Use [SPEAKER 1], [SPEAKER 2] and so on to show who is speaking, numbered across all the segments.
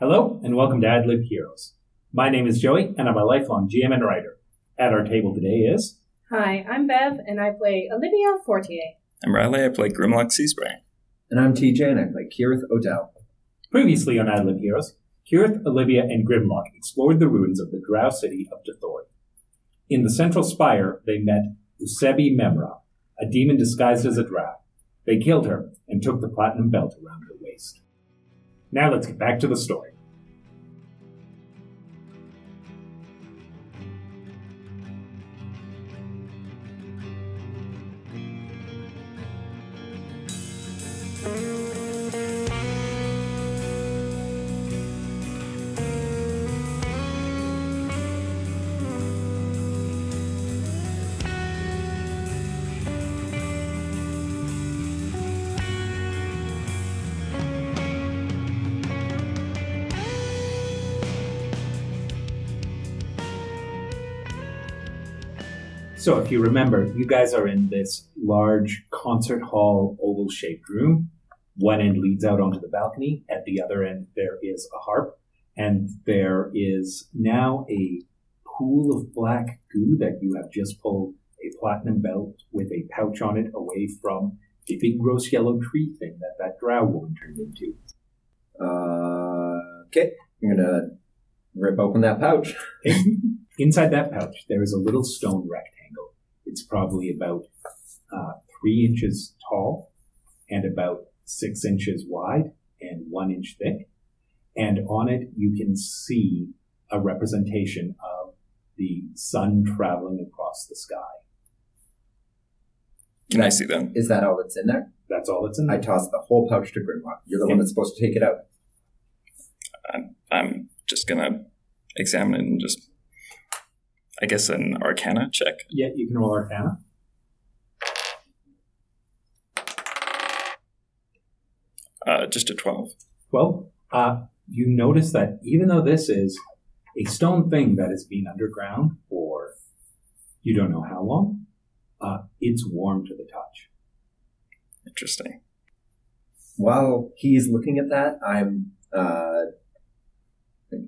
[SPEAKER 1] Hello, and welcome to AdLib Heroes. My name is Joey, and I'm a lifelong GM and writer. At our table today is
[SPEAKER 2] Hi, I'm Bev, and I play Olivia Fortier.
[SPEAKER 3] I'm Riley. I play Grimlock Seaspray.
[SPEAKER 4] And I'm TJ, and I play Kirith Odell.
[SPEAKER 1] previously on AdLib Heroes, Kirith, Olivia, and Grimlock explored the ruins of the drow city of Dothori. In the central spire, they met Usebi Memra, a demon disguised as a drow. They killed her and took the platinum belt around her waist. Now let's get back to the story. So, if you remember, you guys are in this large concert hall oval shaped room. One end leads out onto the balcony, at the other end, there is a harp, and there is now a pool of black goo that you have just pulled a platinum belt with a pouch on it away from the big gross yellow tree thing that that drow woman turned into.
[SPEAKER 4] Uh, okay, I'm gonna rip open that pouch.
[SPEAKER 1] Inside that pouch, there is a little stone rectangle. It's probably about uh, three inches tall and about six inches wide and one inch thick. And on it, you can see a representation of the sun traveling across the sky.
[SPEAKER 3] Can I see them?
[SPEAKER 4] Is that all that's in there?
[SPEAKER 1] That's all that's in
[SPEAKER 4] I
[SPEAKER 1] there.
[SPEAKER 4] toss the whole pouch to Grimlock. You're the one that's supposed to take it out.
[SPEAKER 3] I'm just gonna examine it and just, I guess, an Arcana check.
[SPEAKER 1] Yeah, you can roll Arcana.
[SPEAKER 3] Uh, just a twelve.
[SPEAKER 1] Well, uh, you notice that even though this is a stone thing that has been underground for you don't know how long, uh, it's warm to the touch.
[SPEAKER 3] Interesting.
[SPEAKER 4] While he's looking at that, I'm uh,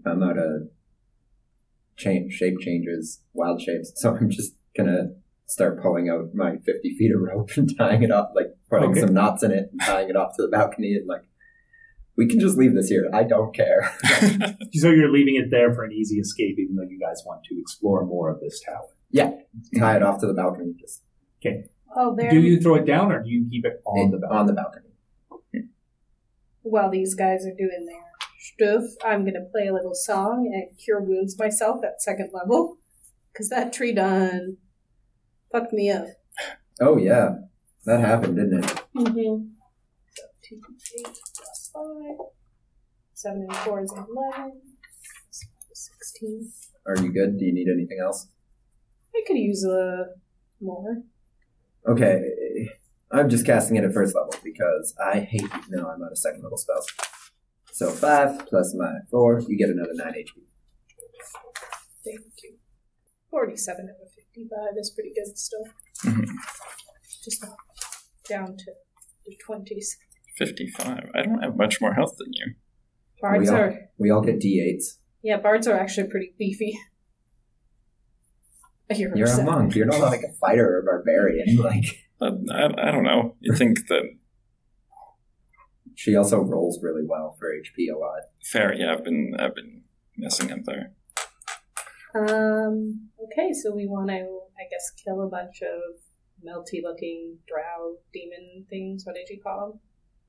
[SPEAKER 4] I'm out of change, shape changes, wild shapes. So I'm just gonna start pulling out my 50 feet of rope and tying it off, like putting
[SPEAKER 1] Okay.
[SPEAKER 4] some knots in it and tying it off to the balcony, and like we can just leave this here. I don't care.
[SPEAKER 1] So you're leaving it there for an easy escape, even though you guys want to explore more of this tower.
[SPEAKER 4] Tie it off to the balcony, just
[SPEAKER 2] Oh, there.
[SPEAKER 1] Do you throw it down or do you keep it on the balcony?
[SPEAKER 4] on the balcony.
[SPEAKER 2] While these guys are doing their stuff, I'm gonna play a little song and cure wounds myself at second level, cause that tree done fucked me up.
[SPEAKER 4] Oh yeah, that happened, didn't it?
[SPEAKER 2] Mm-hmm. So two, eight plus five, seven and four is eleven. plus five is Sixteen.
[SPEAKER 4] Are you good? Do you need anything else?
[SPEAKER 2] I could use a more.
[SPEAKER 4] Okay, I'm just casting it at first level because I hate. No, I'm out of second level spells. So five plus my four, you get another nine HP.
[SPEAKER 2] Thank you. Forty-seven out of fifty-five is pretty good still.
[SPEAKER 3] Mhm.
[SPEAKER 4] Mm-hmm.
[SPEAKER 2] Just not down to the twenties.
[SPEAKER 3] Fifty-five. I don't have much more health than you.
[SPEAKER 2] Bards
[SPEAKER 4] We all-
[SPEAKER 2] are
[SPEAKER 4] We all get D8s.
[SPEAKER 2] yeah, bards are actually pretty beefy. You're,
[SPEAKER 4] You're a
[SPEAKER 2] upset.
[SPEAKER 4] monk. You're not like a fighter or a barbarian. Like
[SPEAKER 3] But Uh, I, I don't know. You think that
[SPEAKER 4] she also rolls really well for HP a lot.
[SPEAKER 3] fair? Yeah, I've been I've been messing up there.
[SPEAKER 2] Um. Okay, so we want to, I guess, kill a bunch of melty-looking drow demon things. What did you call them?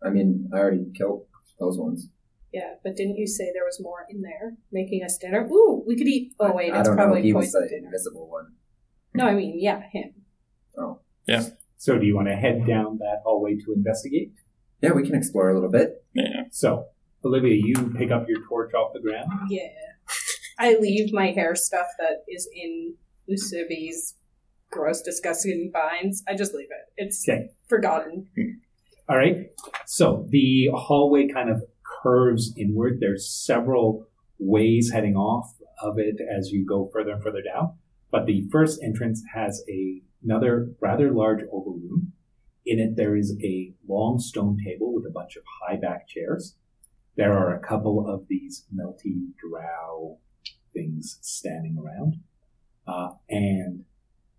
[SPEAKER 4] I mean, I already killed those ones.
[SPEAKER 2] Yeah, but didn't you say there was more in there, making us dinner? Ooh, we could eat. Oh wait,
[SPEAKER 4] I
[SPEAKER 2] it's
[SPEAKER 4] don't know.
[SPEAKER 2] probably
[SPEAKER 4] He was
[SPEAKER 2] poison
[SPEAKER 4] the
[SPEAKER 2] dinner.
[SPEAKER 4] invisible one.
[SPEAKER 2] No, I mean, yeah, him.
[SPEAKER 4] Oh,
[SPEAKER 1] So do you want to head down that hallway to investigate?
[SPEAKER 4] yeah. We can explore a little bit.
[SPEAKER 3] Yeah.
[SPEAKER 1] So, Olivia, you pick up your torch off the ground.
[SPEAKER 2] Yeah. I leave my hair stuff that is in Usubi's gross, disgusting binds. I just leave it. It's
[SPEAKER 1] Okay.
[SPEAKER 2] forgotten.
[SPEAKER 1] All right. So the hallway kind of curves inward. There's several ways heading off of it as you go further and further down. But the first entrance has a, another rather large oval room. In it, there is a long stone table with a bunch of high back chairs. There are a couple of these melty drow things standing around. Uh, and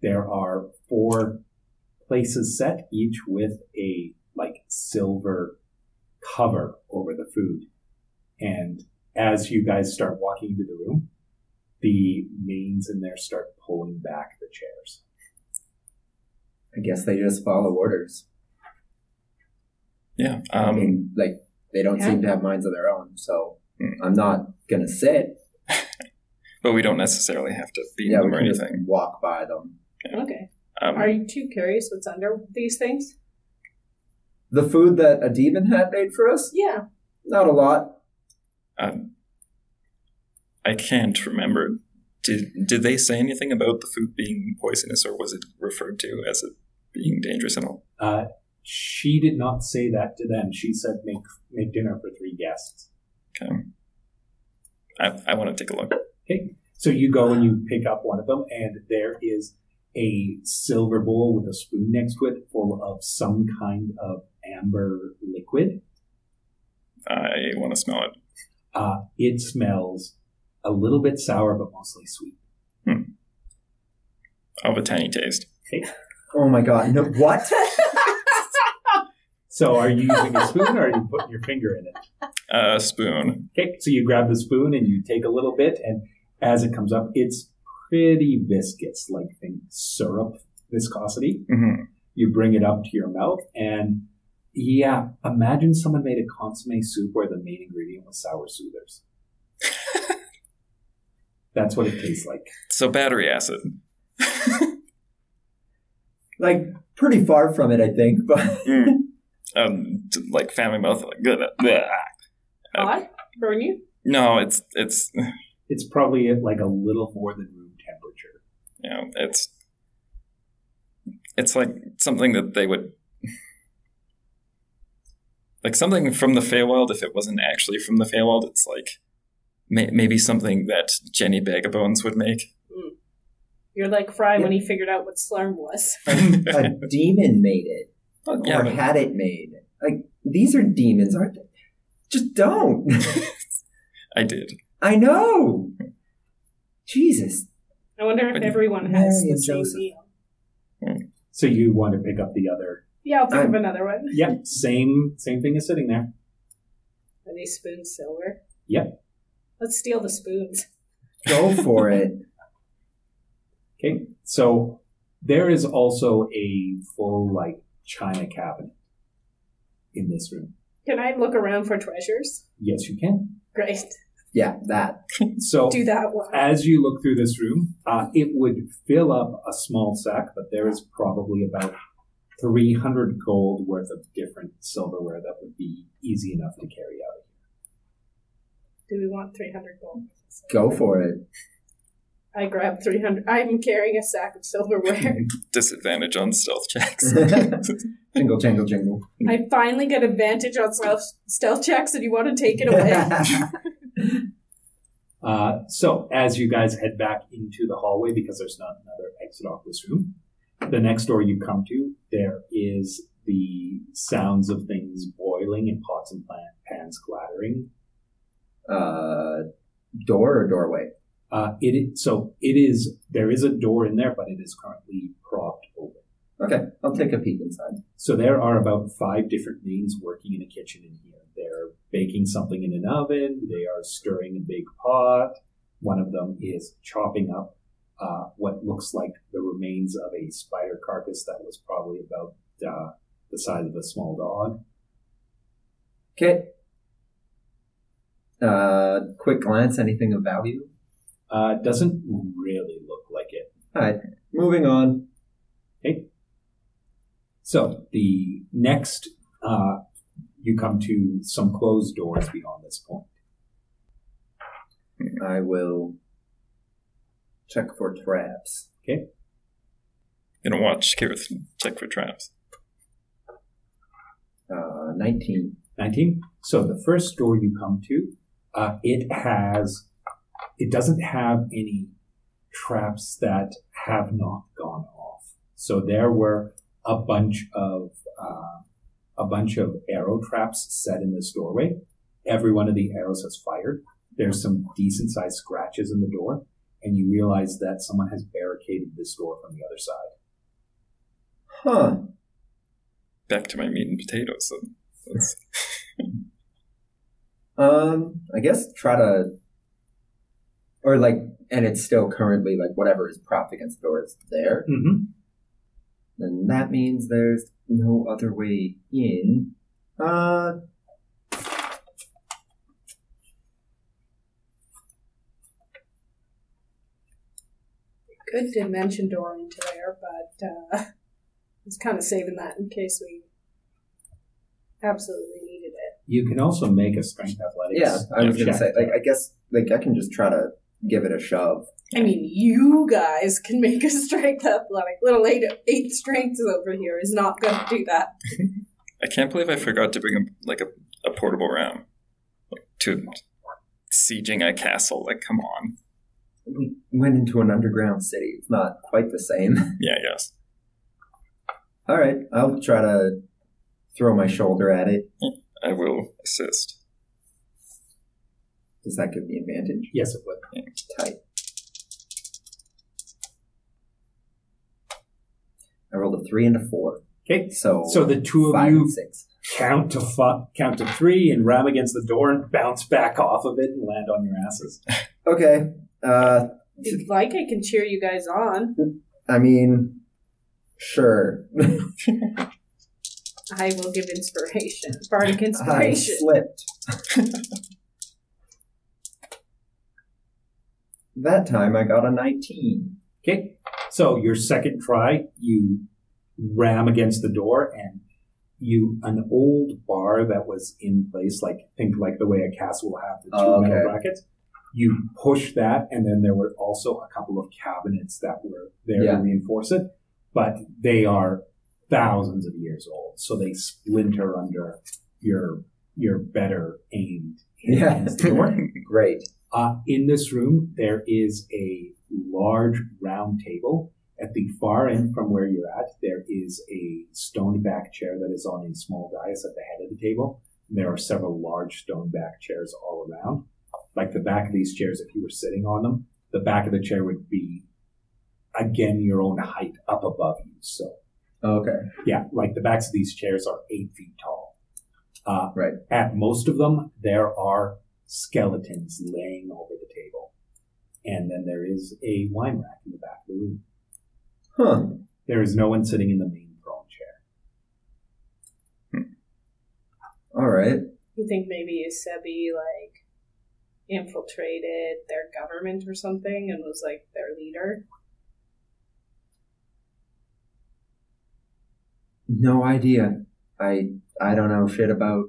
[SPEAKER 1] there are four places set, each with a like silver cover over the food. And as you guys start walking into the room, the mains in there start pulling back the chairs.
[SPEAKER 4] I guess they just follow orders.
[SPEAKER 3] Yeah.
[SPEAKER 4] I
[SPEAKER 3] Um,
[SPEAKER 4] mean, like they don't
[SPEAKER 2] Yeah.
[SPEAKER 4] seem to have minds of their own, so
[SPEAKER 3] Hmm.
[SPEAKER 4] I'm not gonna sit.
[SPEAKER 3] but we don't necessarily have to beat
[SPEAKER 4] yeah, we
[SPEAKER 3] them or
[SPEAKER 4] can just
[SPEAKER 3] anything.
[SPEAKER 4] walk by them.
[SPEAKER 2] Okay.
[SPEAKER 3] Um,
[SPEAKER 2] Are you too curious what's under these things?
[SPEAKER 4] The food that a demon had made for us,
[SPEAKER 2] Yeah.
[SPEAKER 4] not a lot.
[SPEAKER 3] um, I can't remember. Did did they say anything about the food being poisonous, or was it referred to as it being dangerous and all?
[SPEAKER 1] Uh, she did not say that to them. She said, "Make make dinner for three guests."
[SPEAKER 3] I, I want to take a look.
[SPEAKER 1] So you go and you pick up one of them, and there is a silver bowl with a spoon next to it, full of some kind of amber liquid.
[SPEAKER 3] I want to smell it.
[SPEAKER 1] Uh, it smells a little bit sour, but mostly sweet.
[SPEAKER 3] I'll have a tiny taste.
[SPEAKER 4] Oh my god, no what?
[SPEAKER 1] So, are you using a spoon, or are you putting your finger in it?
[SPEAKER 3] A spoon.
[SPEAKER 1] Okay, so you grab the spoon and you take a little bit, and as it comes up, it's pretty viscous, like think syrup viscosity.
[SPEAKER 3] hmm
[SPEAKER 1] You bring it up to your mouth, and yeah, imagine someone made a consomme soup where the main ingredient was sour soothers. That's what it tastes like.
[SPEAKER 3] So battery acid.
[SPEAKER 4] like pretty far from it, I think. But
[SPEAKER 3] Mm. um, t- like family mouth. Like good.
[SPEAKER 2] Hot? Burn you?
[SPEAKER 3] No, it's it's
[SPEAKER 1] It's probably at like a little more than room temperature.
[SPEAKER 3] you know, it's it's like something that they would like something from the Feywild. If it wasn't actually from the Feywild, it's like may, maybe something that Jenny Bagabones would make.
[SPEAKER 2] You're like Fry when he figured out what slurm was.
[SPEAKER 4] a demon made it,
[SPEAKER 3] But
[SPEAKER 4] or
[SPEAKER 3] yeah, but
[SPEAKER 4] had it made. Like these are demons, aren't they? Just don't.
[SPEAKER 3] I did.
[SPEAKER 4] I know. Jesus.
[SPEAKER 2] I wonder if
[SPEAKER 3] But-
[SPEAKER 2] everyone
[SPEAKER 4] Mary
[SPEAKER 2] has the
[SPEAKER 4] and
[SPEAKER 2] same
[SPEAKER 4] Joseph.
[SPEAKER 2] meal.
[SPEAKER 1] So you want to pick up the other?
[SPEAKER 2] Yeah, I'll think
[SPEAKER 4] I'm-
[SPEAKER 2] of another one.
[SPEAKER 1] Yep, same same thing is sitting there.
[SPEAKER 2] Are these spoons silver?
[SPEAKER 1] Yep.
[SPEAKER 2] Let's steal the spoons.
[SPEAKER 4] Go for it.
[SPEAKER 1] Okay, so there is also a full like china cabinet in this room.
[SPEAKER 2] Can I look around for treasures?
[SPEAKER 1] Yes, you can.
[SPEAKER 2] Great.
[SPEAKER 4] Yeah, that.
[SPEAKER 1] So
[SPEAKER 2] Do that one.
[SPEAKER 1] as you look through this room, uh, it would fill up a small sack, but there is probably about 300 gold worth of different silverware that would be easy enough to carry out.
[SPEAKER 2] Do we want 300 gold?
[SPEAKER 4] Go for it.
[SPEAKER 2] I grabbed 300. I'm carrying a sack of silverware.
[SPEAKER 3] Disadvantage on stealth checks.
[SPEAKER 4] jingle, jingle, jingle.
[SPEAKER 2] I finally get advantage on stealth, stealth checks, and you want to take it away?
[SPEAKER 1] Uh, so as you guys head back into the hallway, because there's not another exit off this room, the next door you come to, there is the sounds of things boiling and pots and pan- pans clattering.
[SPEAKER 4] uh, door or doorway?
[SPEAKER 1] Uh, it is, so it is there is a door in there, but it is currently propped open.
[SPEAKER 4] Okay, I'll take a peek inside.
[SPEAKER 1] So there are about five different mains working in a kitchen in here. They're baking something in an oven. They are stirring a big pot. One of them is chopping up uh, what looks like the remains of a spider carcass that was probably about uh, the size of a small dog.
[SPEAKER 4] Okay. Uh, quick glance, anything of value?
[SPEAKER 1] Uh, doesn't really look like it.
[SPEAKER 4] Moving on.
[SPEAKER 1] So the next, uh, you come to some closed doors beyond this point.
[SPEAKER 4] I will check for traps.
[SPEAKER 3] Gonna watch Kirith check for traps.
[SPEAKER 4] Uh, 19.
[SPEAKER 1] 19. So the first door you come to, uh, it has, it doesn't have any traps that have not gone off. So there were a bunch of, uh, a bunch of arrow traps set in this doorway, every one of the arrows has fired. There's some decent sized scratches in the door, and you realize that someone has barricaded this door from the other side.
[SPEAKER 4] Huh.
[SPEAKER 3] Back to my meat and potatoes. So that's,
[SPEAKER 4] Um, I guess try to, or like, and it's still currently like whatever is propped against the door is there.
[SPEAKER 1] Mm-hmm.
[SPEAKER 4] Then that means there's no other way in. Uh,
[SPEAKER 2] Good dimension door into there, but uh, I was kind of saving that in case we absolutely needed it.
[SPEAKER 1] You can also make a strength athletics.
[SPEAKER 4] yeah, I was gonna
[SPEAKER 1] check.
[SPEAKER 4] say like I guess like I can just try to give it a shove.
[SPEAKER 2] I mean, you guys can make a strength athletic. Little eight, eight strengths over here is not going to do that.
[SPEAKER 3] I can't believe I forgot to bring a, like a, a portable round like, to sieging a castle. Like, come on.
[SPEAKER 4] We went into an underground city. It's not quite the same.
[SPEAKER 3] Yeah, yes.
[SPEAKER 4] All right, I'll try to throw my shoulder at it.
[SPEAKER 3] I will assist.
[SPEAKER 4] Does that give me advantage?
[SPEAKER 1] Yes, it would.
[SPEAKER 4] Tight. I rolled a three and a four.
[SPEAKER 1] Okay.
[SPEAKER 4] So
[SPEAKER 1] So the two of
[SPEAKER 4] five
[SPEAKER 1] you
[SPEAKER 4] and six.
[SPEAKER 1] count to fu- count to three and ram against the door and bounce back off of it and land on your asses.
[SPEAKER 4] Okay. Uh,
[SPEAKER 2] If you'd like, I can cheer you guys on.
[SPEAKER 4] I mean, sure.
[SPEAKER 2] I will give inspiration. Bardic
[SPEAKER 4] I
[SPEAKER 2] inspiration.
[SPEAKER 4] slipped. that time I got a nineteen.
[SPEAKER 1] Okay. So your second try, you ram against the door and you an old bar that was in place, like think like the way a castle will have the two
[SPEAKER 4] Oh,
[SPEAKER 1] metal
[SPEAKER 4] okay.
[SPEAKER 1] brackets. You push that, and then there were also a couple of cabinets that were there to
[SPEAKER 4] Yeah.
[SPEAKER 1] reinforce it, but they are thousands of years old, so they splinter under your your better aimed hit
[SPEAKER 4] Yeah.
[SPEAKER 1] against the door.
[SPEAKER 4] Great.
[SPEAKER 1] Uh, in this room, there is a large round table. At the far end from where you're at, there is a stone back chair that is on a small dais at the head of the table. There are several large stone back chairs all around. Like the back of these chairs, if you were sitting on them, the back of the chair would be, again, your own height up above you. So
[SPEAKER 4] Okay.
[SPEAKER 1] yeah, like the backs of these chairs are eight feet tall. Uh,
[SPEAKER 4] Right.
[SPEAKER 1] At most of them, there are skeletons laying over the table. And then there is a wine rack in the back of the room.
[SPEAKER 4] Huh.
[SPEAKER 1] There is no one sitting in the main throne chair.
[SPEAKER 4] All right.
[SPEAKER 2] You think maybe Eusebi like infiltrated their government or something and was like their leader?
[SPEAKER 4] No idea. I I don't know shit about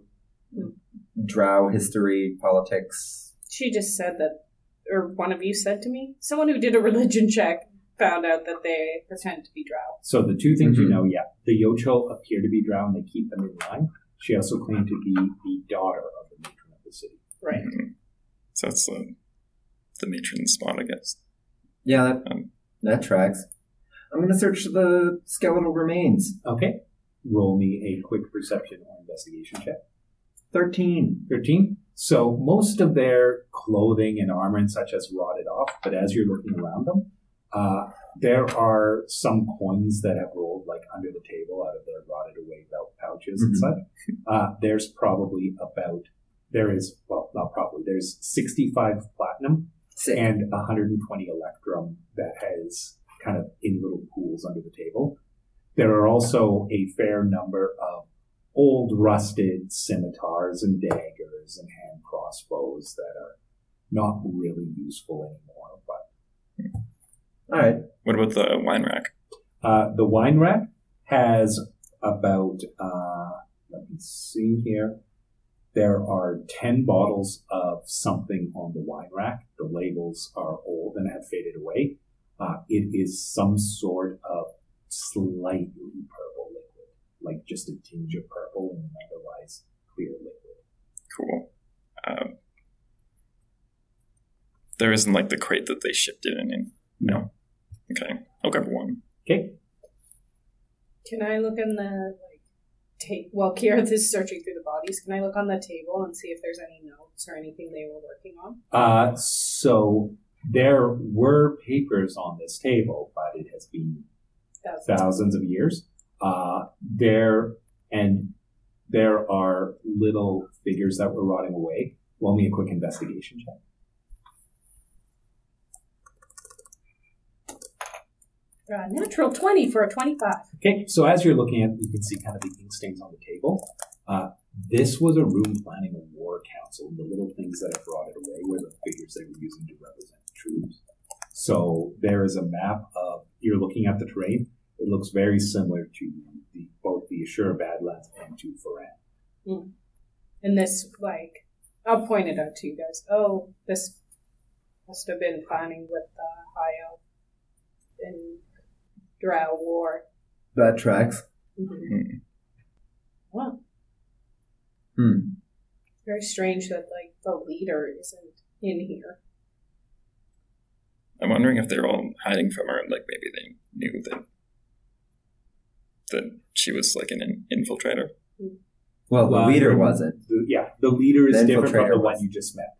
[SPEAKER 4] drow history, politics.
[SPEAKER 2] She just said that, or one of you said to me, someone who did a religion check found out that they pretend to be drow.
[SPEAKER 1] So the two things you
[SPEAKER 4] Mhm.
[SPEAKER 1] know, yeah, the Yocho appear to be drowned. They keep them in line. She also claimed to be the daughter of the matron of the city.
[SPEAKER 2] Right.
[SPEAKER 3] So that's the, the matron spot, I guess.
[SPEAKER 4] Yeah, that,
[SPEAKER 3] Um.
[SPEAKER 4] that tracks. I'm gonna search the skeletal remains.
[SPEAKER 1] Okay. Roll me a quick perception or investigation check.
[SPEAKER 4] Thirteen.
[SPEAKER 1] 13. So most of their clothing and armor and such has rotted off, but as you're looking around them, uh, there are some coins that have rolled like under the table out of their rotted away belt pouches and
[SPEAKER 4] Mhm.
[SPEAKER 1] such. Uh, there's probably about, there is, well, not probably, there's 65 platinum
[SPEAKER 4] Sick.
[SPEAKER 1] and 120 electrum that has kind of in little pools under the table. There are also a fair number of old rusted scimitars and daggers and hand crossbows that are not really useful anymore. But
[SPEAKER 4] All right.
[SPEAKER 3] What about the wine rack?
[SPEAKER 1] uh, the wine rack has about uh, let me see here. There are 10 bottles of something on the wine rack. The labels are old and have faded away. Uh, it is some sort of slightly purple liquid, like just a tinge of purple in an otherwise clear liquid.
[SPEAKER 3] Cool. Um, there isn't like the crate that they shipped it in. in. No. Okay. I'll grab one.
[SPEAKER 1] Okay.
[SPEAKER 2] Can I look in the like take while Kirith is searching through the bodies, can I look on the table and see if there's any notes or anything they were working on?
[SPEAKER 1] Uh, so there were papers on this table, but it has been
[SPEAKER 2] That's
[SPEAKER 1] thousands of years. Uh, there and there are little figures that were rotting away. Roll me a quick investigation check.
[SPEAKER 2] uh, natural twenty for a twenty-five.
[SPEAKER 1] Okay, so as you're looking at, it, you can see kind of the ink stains on the table. Uh, this was a room planning a war council. The little things that have brought it away were the figures they were using to represent the troops. So there is a map of you're looking at the terrain. It looks very similar to the, both the Ashura Badlands and to Faran.
[SPEAKER 2] And this, like, I'll point it out to you guys. Oh, this must have been planning with the high elf and drow war.
[SPEAKER 4] That tracks.
[SPEAKER 2] Wow,
[SPEAKER 4] Hmm.
[SPEAKER 2] very strange that like the leader isn't in here.
[SPEAKER 3] I'm wondering if they're all hiding from her, and like maybe they knew that that she was like an in- infiltrator.
[SPEAKER 4] Well, the
[SPEAKER 1] Well,
[SPEAKER 4] leader
[SPEAKER 1] um,
[SPEAKER 4] wasn't.
[SPEAKER 1] The- yeah, the leader is
[SPEAKER 4] The
[SPEAKER 1] different from
[SPEAKER 4] infiltrator
[SPEAKER 1] the one
[SPEAKER 4] was.
[SPEAKER 1] you just met.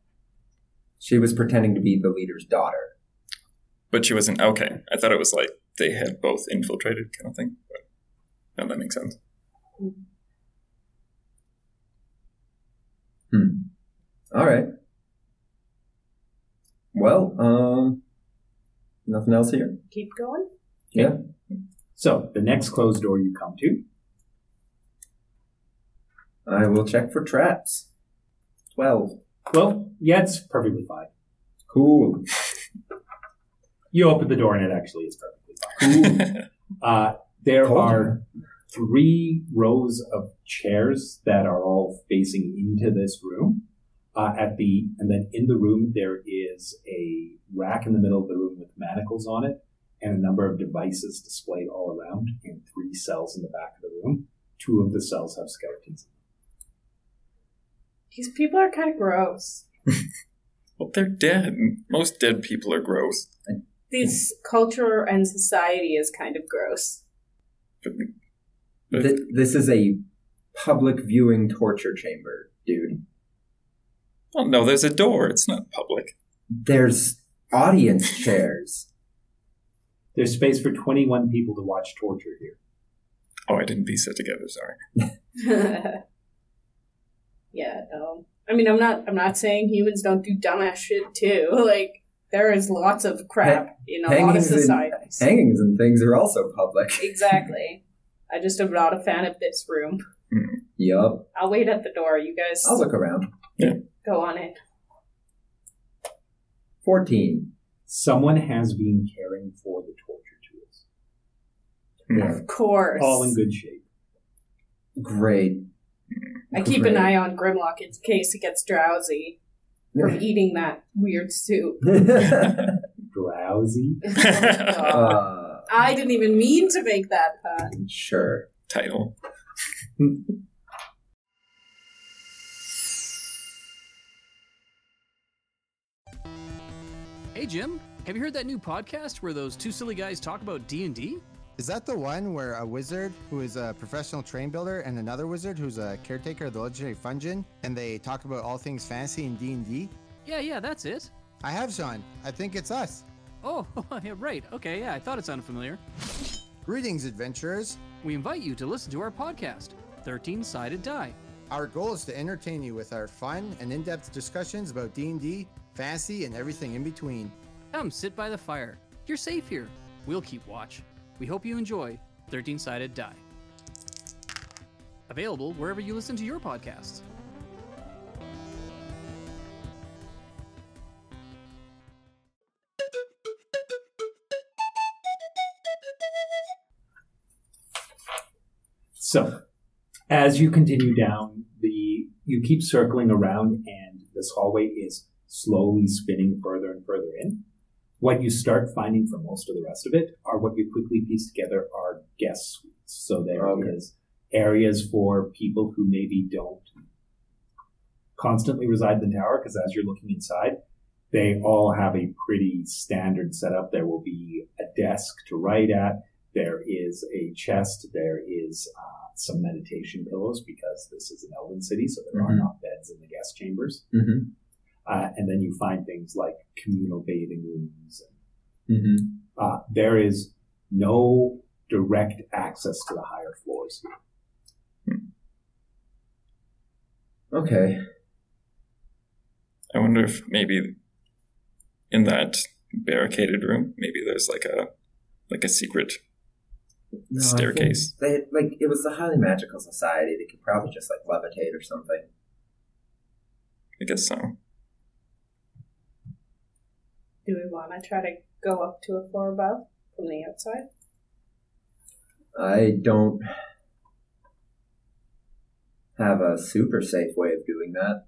[SPEAKER 4] She was pretending to be the leader's daughter.
[SPEAKER 3] But she wasn't okay. I thought it was like they had both infiltrated kind of thing. But no, that makes sense.
[SPEAKER 4] Hmm. All right. Well, um, nothing else here.
[SPEAKER 2] Keep going.
[SPEAKER 4] Yeah.
[SPEAKER 1] So the next closed door you come to,
[SPEAKER 4] I will check for traps. Twelve.
[SPEAKER 1] well, yeah, it's perfectly fine.
[SPEAKER 4] Cool.
[SPEAKER 1] You open the door and it actually is perfectly fine.
[SPEAKER 4] Cool.
[SPEAKER 1] Uh, there
[SPEAKER 4] Told
[SPEAKER 1] are three rows of chairs that are all facing into this room. Uh, at the and then in the room there is a rack in the middle of the room with manacles on it and a number of devices displayed all around and three cells in the back of the room. Two of the cells have skeletons.
[SPEAKER 2] These people are kind of gross.
[SPEAKER 3] well, they're dead. Most dead people are gross.
[SPEAKER 2] This culture and society is kind of gross.
[SPEAKER 3] But but
[SPEAKER 4] Th- this is a public viewing torture chamber, dude.
[SPEAKER 3] well, Oh, no, there's a door. It's not public.
[SPEAKER 4] There's audience chairs.
[SPEAKER 1] There's space for 21 people to watch torture here.
[SPEAKER 3] Oh, I didn't piece that together. Sorry.
[SPEAKER 2] yeah, no. I mean, I'm not. I'm not saying humans don't do dumbass shit too. Like there is lots of crap in a lot of
[SPEAKER 4] hangings and-
[SPEAKER 2] societies.
[SPEAKER 4] Hangings and things are also public.
[SPEAKER 2] exactly. I just am not a fan of this room.
[SPEAKER 4] Yup.
[SPEAKER 2] I'll wait at the door. You guys
[SPEAKER 4] I'll look around.
[SPEAKER 2] go on in.
[SPEAKER 4] 14.
[SPEAKER 1] Someone has been caring for the torture tools.
[SPEAKER 4] Yeah.
[SPEAKER 2] Of course.
[SPEAKER 1] All in good shape.
[SPEAKER 4] Great.
[SPEAKER 2] I keep an
[SPEAKER 4] Great.
[SPEAKER 2] eye on Grimlock in case he gets drowsy from eating that weird soup.
[SPEAKER 1] Drowsy.
[SPEAKER 2] Oh my God.
[SPEAKER 4] uh,
[SPEAKER 2] I didn't even mean to make that pun.
[SPEAKER 4] sure.
[SPEAKER 3] Title.
[SPEAKER 5] Hey Jim, have you heard that new podcast where those two silly guys talk about D&D?
[SPEAKER 6] Is that the one where a wizard who is a professional train builder and another wizard who's a caretaker of the legendary Fungion, and they talk about all things fantasy and D and D?
[SPEAKER 5] Yeah, yeah, that's it.
[SPEAKER 6] I have Sean. I think it's us.
[SPEAKER 5] Oh, yeah, right. Okay, yeah, I thought it sounded familiar.
[SPEAKER 6] Greetings, adventurers.
[SPEAKER 5] We invite you to listen to our podcast, 13-Sided Die.
[SPEAKER 6] Our goal is to entertain you with our fun and in-depth discussions about D and D, fantasy, and everything in between.
[SPEAKER 5] Come sit by the fire. You're safe here. We'll keep watch. We hope you enjoy 13-Sided Die. Available wherever you listen to your podcasts.
[SPEAKER 1] So, as you continue down the, you keep circling around, and this hallway is slowly spinning further and further in. What you start finding for most of the rest of it are what you quickly piece together are guest suites. So there is
[SPEAKER 4] Okay.
[SPEAKER 1] areas for people who maybe don't constantly reside in the tower, because as you're looking inside, they all have a pretty standard setup. There will be a desk to write at. There is a chest. There is uh, some meditation pillows because this is an elven city, so there are
[SPEAKER 4] Mhm.
[SPEAKER 1] not beds in the guest chambers.
[SPEAKER 4] Mm-hmm.
[SPEAKER 1] Uh, and then you find things like communal bathing rooms.
[SPEAKER 4] Mm-hmm.
[SPEAKER 1] Uh, there is no direct access to the higher floors.
[SPEAKER 4] Okay.
[SPEAKER 3] I wonder if maybe in that barricaded room, maybe there's like a like a secret.
[SPEAKER 4] No, I
[SPEAKER 3] Staircase.
[SPEAKER 4] think They like it was a highly magical society. They could probably just like levitate or something.
[SPEAKER 3] I guess so.
[SPEAKER 2] Do we want to try to go up to a floor above from the outside?
[SPEAKER 4] I don't have a super safe way of doing that.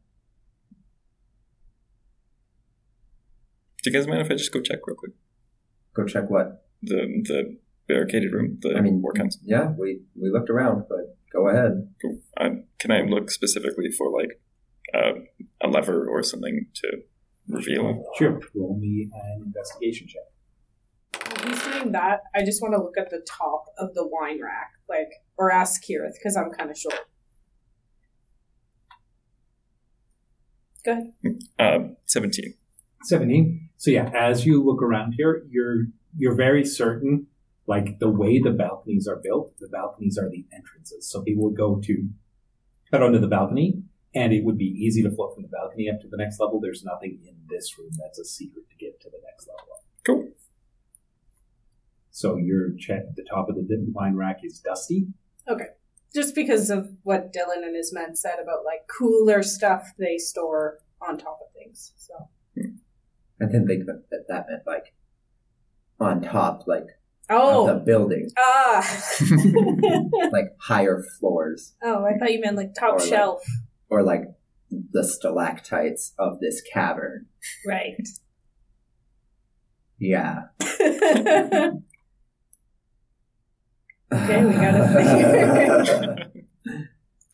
[SPEAKER 3] Do you guys mind if I just go check real quick?
[SPEAKER 4] Go check what.
[SPEAKER 3] The the barricaded room, the
[SPEAKER 4] I mean,
[SPEAKER 3] war council.
[SPEAKER 4] yeah, we we looked around, but go ahead.
[SPEAKER 3] Cool. Um, can I look specifically for like uh, a lever or something to reveal?
[SPEAKER 1] Sure. Uh, Roll me an investigation check.
[SPEAKER 2] While he's doing that, I just want to look at the top of the wine rack, like, or ask Kirith, because I'm kind of short. Go ahead.
[SPEAKER 3] Uh, Seventeen.
[SPEAKER 1] 17 so yeah as you look around here you're you're very certain like the way the balconies are built the balconies are the entrances so people would go to out onto the balcony and it would be easy to float from the balcony up to the next level there's nothing in this room that's a secret to get to the next level up.
[SPEAKER 3] Cool.
[SPEAKER 1] so your check the top of the wine rack is dusty
[SPEAKER 2] Just because of what Dylan and his men said about, like, cooler stuff they store on top of things. So,
[SPEAKER 4] I didn't think that that, that meant like on top, like
[SPEAKER 2] oh,
[SPEAKER 4] of the building,
[SPEAKER 2] ah,
[SPEAKER 4] like higher floors
[SPEAKER 2] oh, I thought you meant like
[SPEAKER 4] Or,
[SPEAKER 2] top
[SPEAKER 4] like-
[SPEAKER 2] shelf,
[SPEAKER 4] or like the stalactites of this cavern.
[SPEAKER 2] right?
[SPEAKER 4] Yeah.
[SPEAKER 2] okay, we gotta figure.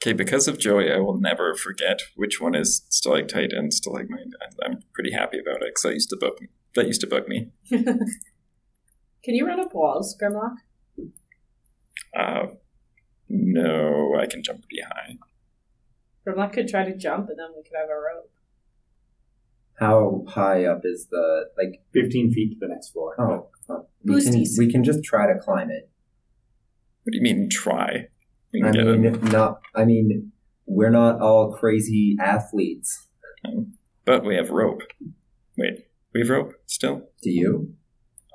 [SPEAKER 3] Okay, because of Joey, I will never forget which one is stalactite and stalagmite. I- I'm pretty happy about it because that used to bug me. That used to bug me.
[SPEAKER 2] Can you run up walls, Grimlock?
[SPEAKER 3] Uh, no, I can jump pretty high.
[SPEAKER 2] Grimlock could try to jump, and then we could have a rope.
[SPEAKER 4] How high up is the like?
[SPEAKER 1] 15 feet to the next floor
[SPEAKER 4] Oh, oh, we can,
[SPEAKER 2] Boosties.
[SPEAKER 4] we can just try to climb it.
[SPEAKER 3] What do you mean try? We can
[SPEAKER 4] I
[SPEAKER 3] get
[SPEAKER 4] mean,
[SPEAKER 3] it.
[SPEAKER 4] not. I mean, we're not all crazy athletes.
[SPEAKER 3] But we have rope. Wait, we have rope still?
[SPEAKER 4] Do you?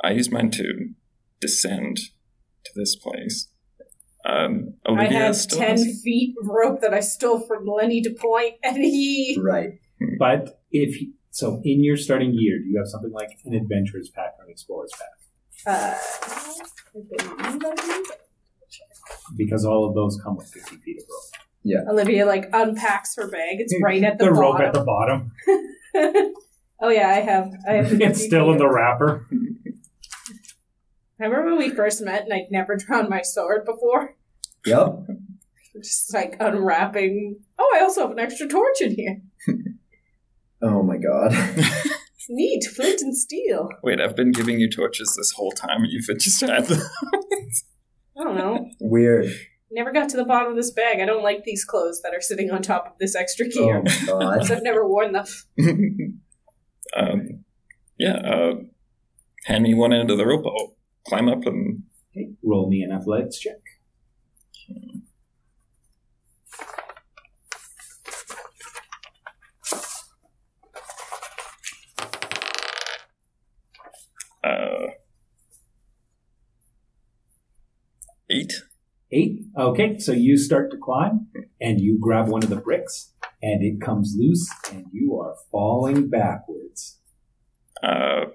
[SPEAKER 3] I use mine to descend to this place. Um,
[SPEAKER 2] I
[SPEAKER 3] Olivia
[SPEAKER 2] had
[SPEAKER 3] still
[SPEAKER 2] ten
[SPEAKER 3] has-
[SPEAKER 2] feet of rope that I stole from Lenny to point, and he.
[SPEAKER 4] Right.
[SPEAKER 1] but if you, so in your starting year do you have something like an adventurer's pack or an explorer's pack
[SPEAKER 2] Uh, okay.
[SPEAKER 1] because all of those come with 50 feet of rope
[SPEAKER 2] Olivia like unpacks her bag. It's right at the,
[SPEAKER 1] the rope at
[SPEAKER 2] bottom.
[SPEAKER 1] the bottom.
[SPEAKER 2] oh yeah, I have. I have
[SPEAKER 1] It's
[SPEAKER 2] 50
[SPEAKER 1] still in
[SPEAKER 2] feet.
[SPEAKER 1] the wrapper.
[SPEAKER 2] I remember when we first met, and I'd never drawn my sword before.
[SPEAKER 4] Yep.
[SPEAKER 2] just like unwrapping. Oh, I also have an extra torch in here.
[SPEAKER 4] Oh my god.
[SPEAKER 2] It's neat, flint and steel.
[SPEAKER 3] Wait, I've been giving you torches this whole time, and you've just had them.
[SPEAKER 2] I don't know.
[SPEAKER 4] Weird.
[SPEAKER 2] Never got to the bottom of this bag. I don't like these clothes that are sitting on top of this extra
[SPEAKER 4] Oh
[SPEAKER 2] gear.
[SPEAKER 4] my
[SPEAKER 2] So
[SPEAKER 4] god.
[SPEAKER 2] I've never worn them.
[SPEAKER 3] um, yeah, uh, hand me one end of the rope. I'll climb up and
[SPEAKER 1] Okay, roll me an athletics check.
[SPEAKER 3] uh, eight.
[SPEAKER 1] Eight. Okay, so you start to climb and you grab one of the bricks and it comes loose and you are falling backwards.
[SPEAKER 3] Uh,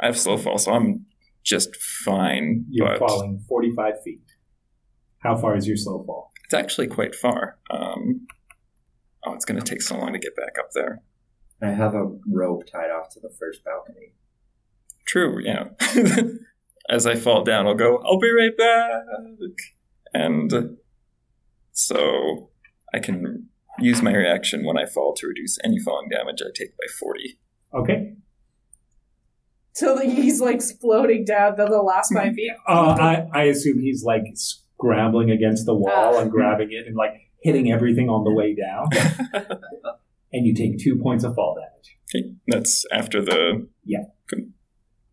[SPEAKER 3] I have slow fall, so I'm just fine.
[SPEAKER 1] You're
[SPEAKER 3] but
[SPEAKER 1] falling 45 feet. How far is your slow fall?
[SPEAKER 3] it's actually quite far. Um, oh, it's going to take so long to get back up there.
[SPEAKER 4] I have a rope tied off to the first balcony.
[SPEAKER 3] True, yeah. As I fall down, I'll go, I'll be right back. And so I can use my reaction when I fall to reduce any falling damage I take by 40.
[SPEAKER 1] Okay. Hmm.
[SPEAKER 2] So like, he's like floating down the, the last five feet.
[SPEAKER 1] Uh, I, I assume he's like s- grappling against the wall
[SPEAKER 2] Ah.
[SPEAKER 1] and grabbing it and like hitting everything on the way down. and you take two points of fall damage.
[SPEAKER 3] Okay, that's after the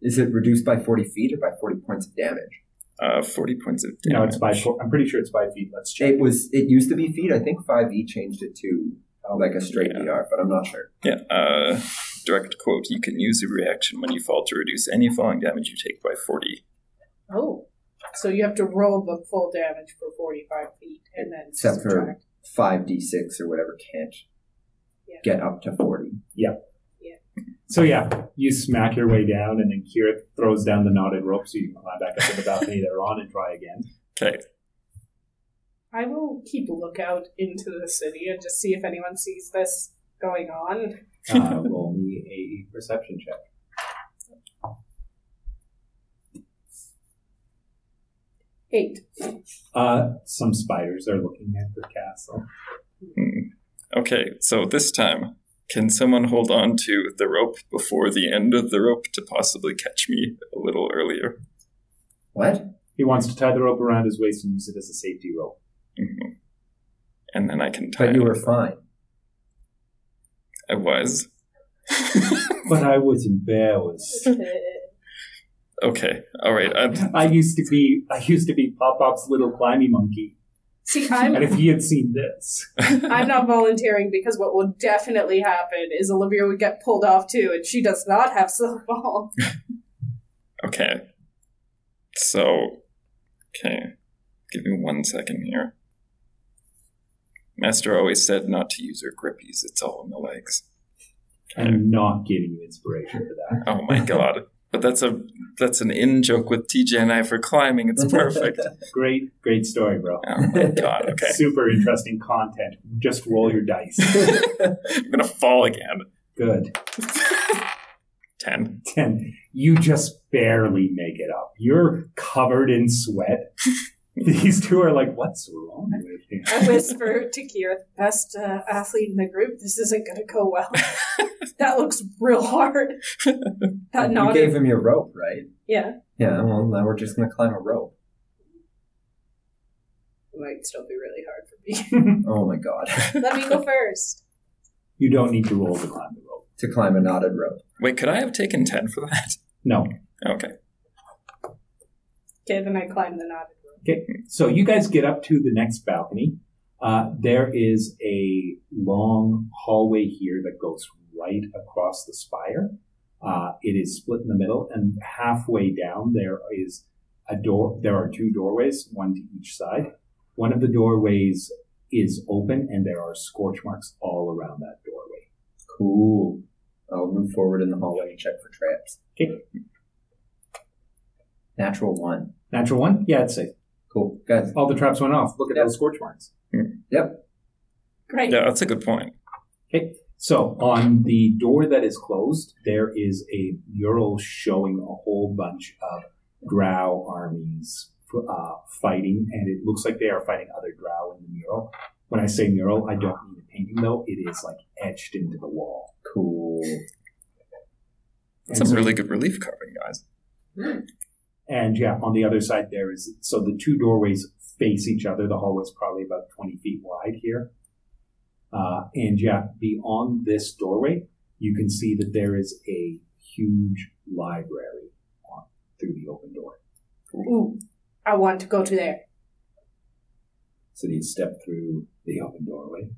[SPEAKER 4] Is it reduced by 40 feet or by 40 points of damage?
[SPEAKER 3] uh, 40 points of
[SPEAKER 1] No,
[SPEAKER 3] damage.
[SPEAKER 1] it's by four. I'm pretty sure it's by feet. Let's check.
[SPEAKER 4] It was. It used to be feet. I think 5e changed it to uh, like a straight
[SPEAKER 3] Yeah.
[SPEAKER 4] DR, but I'm not sure.
[SPEAKER 3] Yeah, uh, direct quote You can use a reaction when you fall to reduce any falling damage you take by 40.
[SPEAKER 2] Oh. So you have to roll the full damage for 45 feet and then
[SPEAKER 4] Except for-
[SPEAKER 2] subtract.
[SPEAKER 4] 5d6 or whatever can't
[SPEAKER 2] Yeah.
[SPEAKER 4] get up to 40.
[SPEAKER 1] So yeah, you smack your way down, and then Kira throws down the knotted rope so you can climb back up to the balcony they're on and try again.
[SPEAKER 3] Okay,
[SPEAKER 2] I will keep a lookout into the city and just see if anyone sees this going on.
[SPEAKER 1] Uh, roll me a perception check.
[SPEAKER 2] Eight.
[SPEAKER 1] Uh, some spiders are looking at the castle.
[SPEAKER 3] Hmm. okay, so this time, can someone hold on to the rope before the end of the rope to possibly catch me a little earlier?
[SPEAKER 4] What?
[SPEAKER 1] He wants to tie the rope around his waist and use it as a safety rope.
[SPEAKER 3] Mhm. And then I can tie
[SPEAKER 4] But you
[SPEAKER 3] it.
[SPEAKER 4] were fine.
[SPEAKER 3] I was.
[SPEAKER 1] But I was embarrassed.
[SPEAKER 3] okay, all right. I,
[SPEAKER 1] I used to be I used to be Pop Pop's little climby monkey,
[SPEAKER 2] See,
[SPEAKER 1] and
[SPEAKER 2] I'm
[SPEAKER 1] if he had seen this,
[SPEAKER 2] I'm not volunteering because what will definitely happen is Olivia would get pulled off too, and she does not have silk ball.
[SPEAKER 3] Okay. So, okay. Give me one second here. Master always said not to use your grippies, it's all in the legs.
[SPEAKER 1] I'm not giving you inspiration for that.
[SPEAKER 3] Oh my god. But that's a that's an in joke with TJ and I for climbing. It's perfect.
[SPEAKER 1] Great, great story, bro.
[SPEAKER 3] oh my god. Okay.
[SPEAKER 1] Super interesting content. Just roll your dice.
[SPEAKER 3] I'm gonna fall again.
[SPEAKER 1] Good.
[SPEAKER 3] Ten.
[SPEAKER 1] 10. You just barely make it up. You're covered in sweat. These two are like, what's wrong with him?
[SPEAKER 2] I whisper to Kier, the best uh, athlete in the group, this isn't going to go well. that looks real hard. That
[SPEAKER 4] you
[SPEAKER 2] nodded.
[SPEAKER 4] gave him your rope, right?
[SPEAKER 2] yeah.
[SPEAKER 4] Yeah, well, now we're just going to climb a rope.
[SPEAKER 2] It might still be really hard for
[SPEAKER 4] Oh my god.
[SPEAKER 2] me. Let me go first.
[SPEAKER 1] You don't need to roll to climb the rope.
[SPEAKER 4] to climb a knotted rope.
[SPEAKER 3] Wait, could I have taken ten for that?
[SPEAKER 1] No.
[SPEAKER 3] Okay.
[SPEAKER 2] Okay, then I climb the knotted rope.
[SPEAKER 1] So you guys get up to the next balcony. Uh, there is a long hallway here that goes right across the spire. Uh, it is split in the middle, and halfway down there is a door. There are two doorways, one to each side. One of the doorways is open, and there are scorch marks all around that doorway.
[SPEAKER 4] Cool. I'll move forward in the hallway and check for traps.
[SPEAKER 1] Okay.
[SPEAKER 4] Natural one.
[SPEAKER 1] Natural one? Yeah, it's safe.
[SPEAKER 4] Cool. Guys.
[SPEAKER 1] All the traps went off. Look at
[SPEAKER 4] Yep.
[SPEAKER 1] those scorch marks.
[SPEAKER 4] Yep.
[SPEAKER 2] Great.
[SPEAKER 3] Yeah, that's a good point.
[SPEAKER 1] So on the door that is closed, there is a mural showing a whole bunch of Drow armies uh, fighting, and it looks like they are fighting other Drow in the mural. When I say mural, I don't mean a painting though; it is like etched into the wall.
[SPEAKER 4] Cool.
[SPEAKER 1] And
[SPEAKER 3] Some
[SPEAKER 1] so-
[SPEAKER 3] really good relief carving, guys.
[SPEAKER 1] And yeah, on the other side there is so the two doorways face each other. The hallway's probably about twenty feet wide here. Uh, and yeah, beyond this doorway, you can see that there is a huge library on, through the open door.
[SPEAKER 2] Ooh, I want to go to there.
[SPEAKER 1] So you step through the open doorway.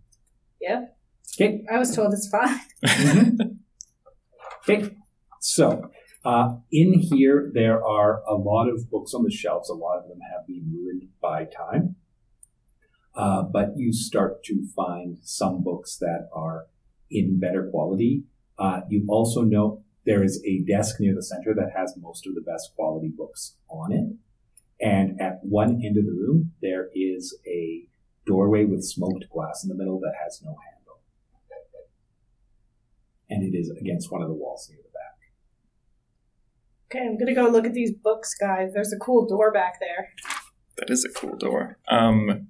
[SPEAKER 2] Yeah.
[SPEAKER 1] Okay.
[SPEAKER 2] I was told it's fine.
[SPEAKER 1] Mm-hmm. Okay. So, uh, in here, there are a lot of books on the shelves. A lot of them have been ruined by time. Uh, but you start to find some books that are in better quality. Uh, you also know there is a desk near the center that has most of the best quality books on it. And at one end of the room, there is a doorway with smoked glass in the middle that has no handle and it is against one of the walls near the back.
[SPEAKER 2] Okay, I'm gonna go look at these books, guys. There's a cool door back there.
[SPEAKER 3] That is a cool door. Um,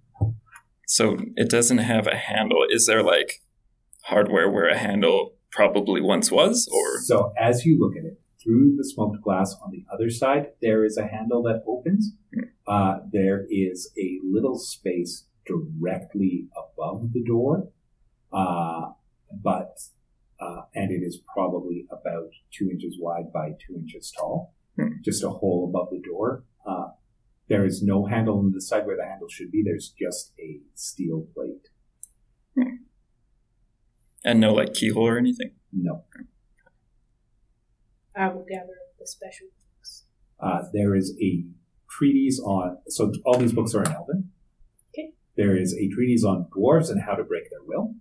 [SPEAKER 3] so it doesn't have a handle. Is there like hardware where a handle probably once was, or
[SPEAKER 1] So
[SPEAKER 3] Hmm.
[SPEAKER 1] as you look at it through the smoked glass on the other side, there is a handle that opens, uh, there is a little space directly above the door, uh, but uh, and it is probably about two inches wide by two inches tall.
[SPEAKER 3] Hmm.
[SPEAKER 1] Just a hole above the door. Uh, there is no handle on the side where the handle should be. There's just a steel plate.
[SPEAKER 3] And no like keyhole or anything.
[SPEAKER 1] No,
[SPEAKER 2] I will gather the special books.
[SPEAKER 1] uh, there is a treatise on. So all these books are in Elven.
[SPEAKER 2] Okay.
[SPEAKER 1] There is a treatise on dwarves and how to break their will.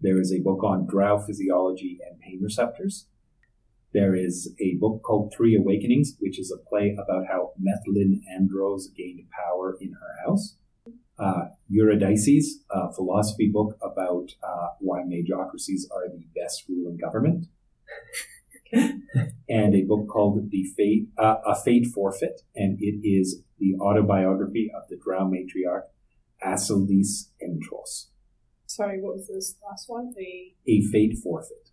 [SPEAKER 1] there is a book on drow physiology and pain receptors. There is a book called Three Awakenings, which is a play about how Methlin Andros gained power in her house. Uh, Eurydices, a philosophy book about uh, why majocracies are the best rule in government. and a book called The Fate, uh, A Fate Forfeit, and it is the autobiography of the drow matriarch Asselis Entros.
[SPEAKER 2] Sorry, what was this last one? The
[SPEAKER 1] A Fate Forfeit.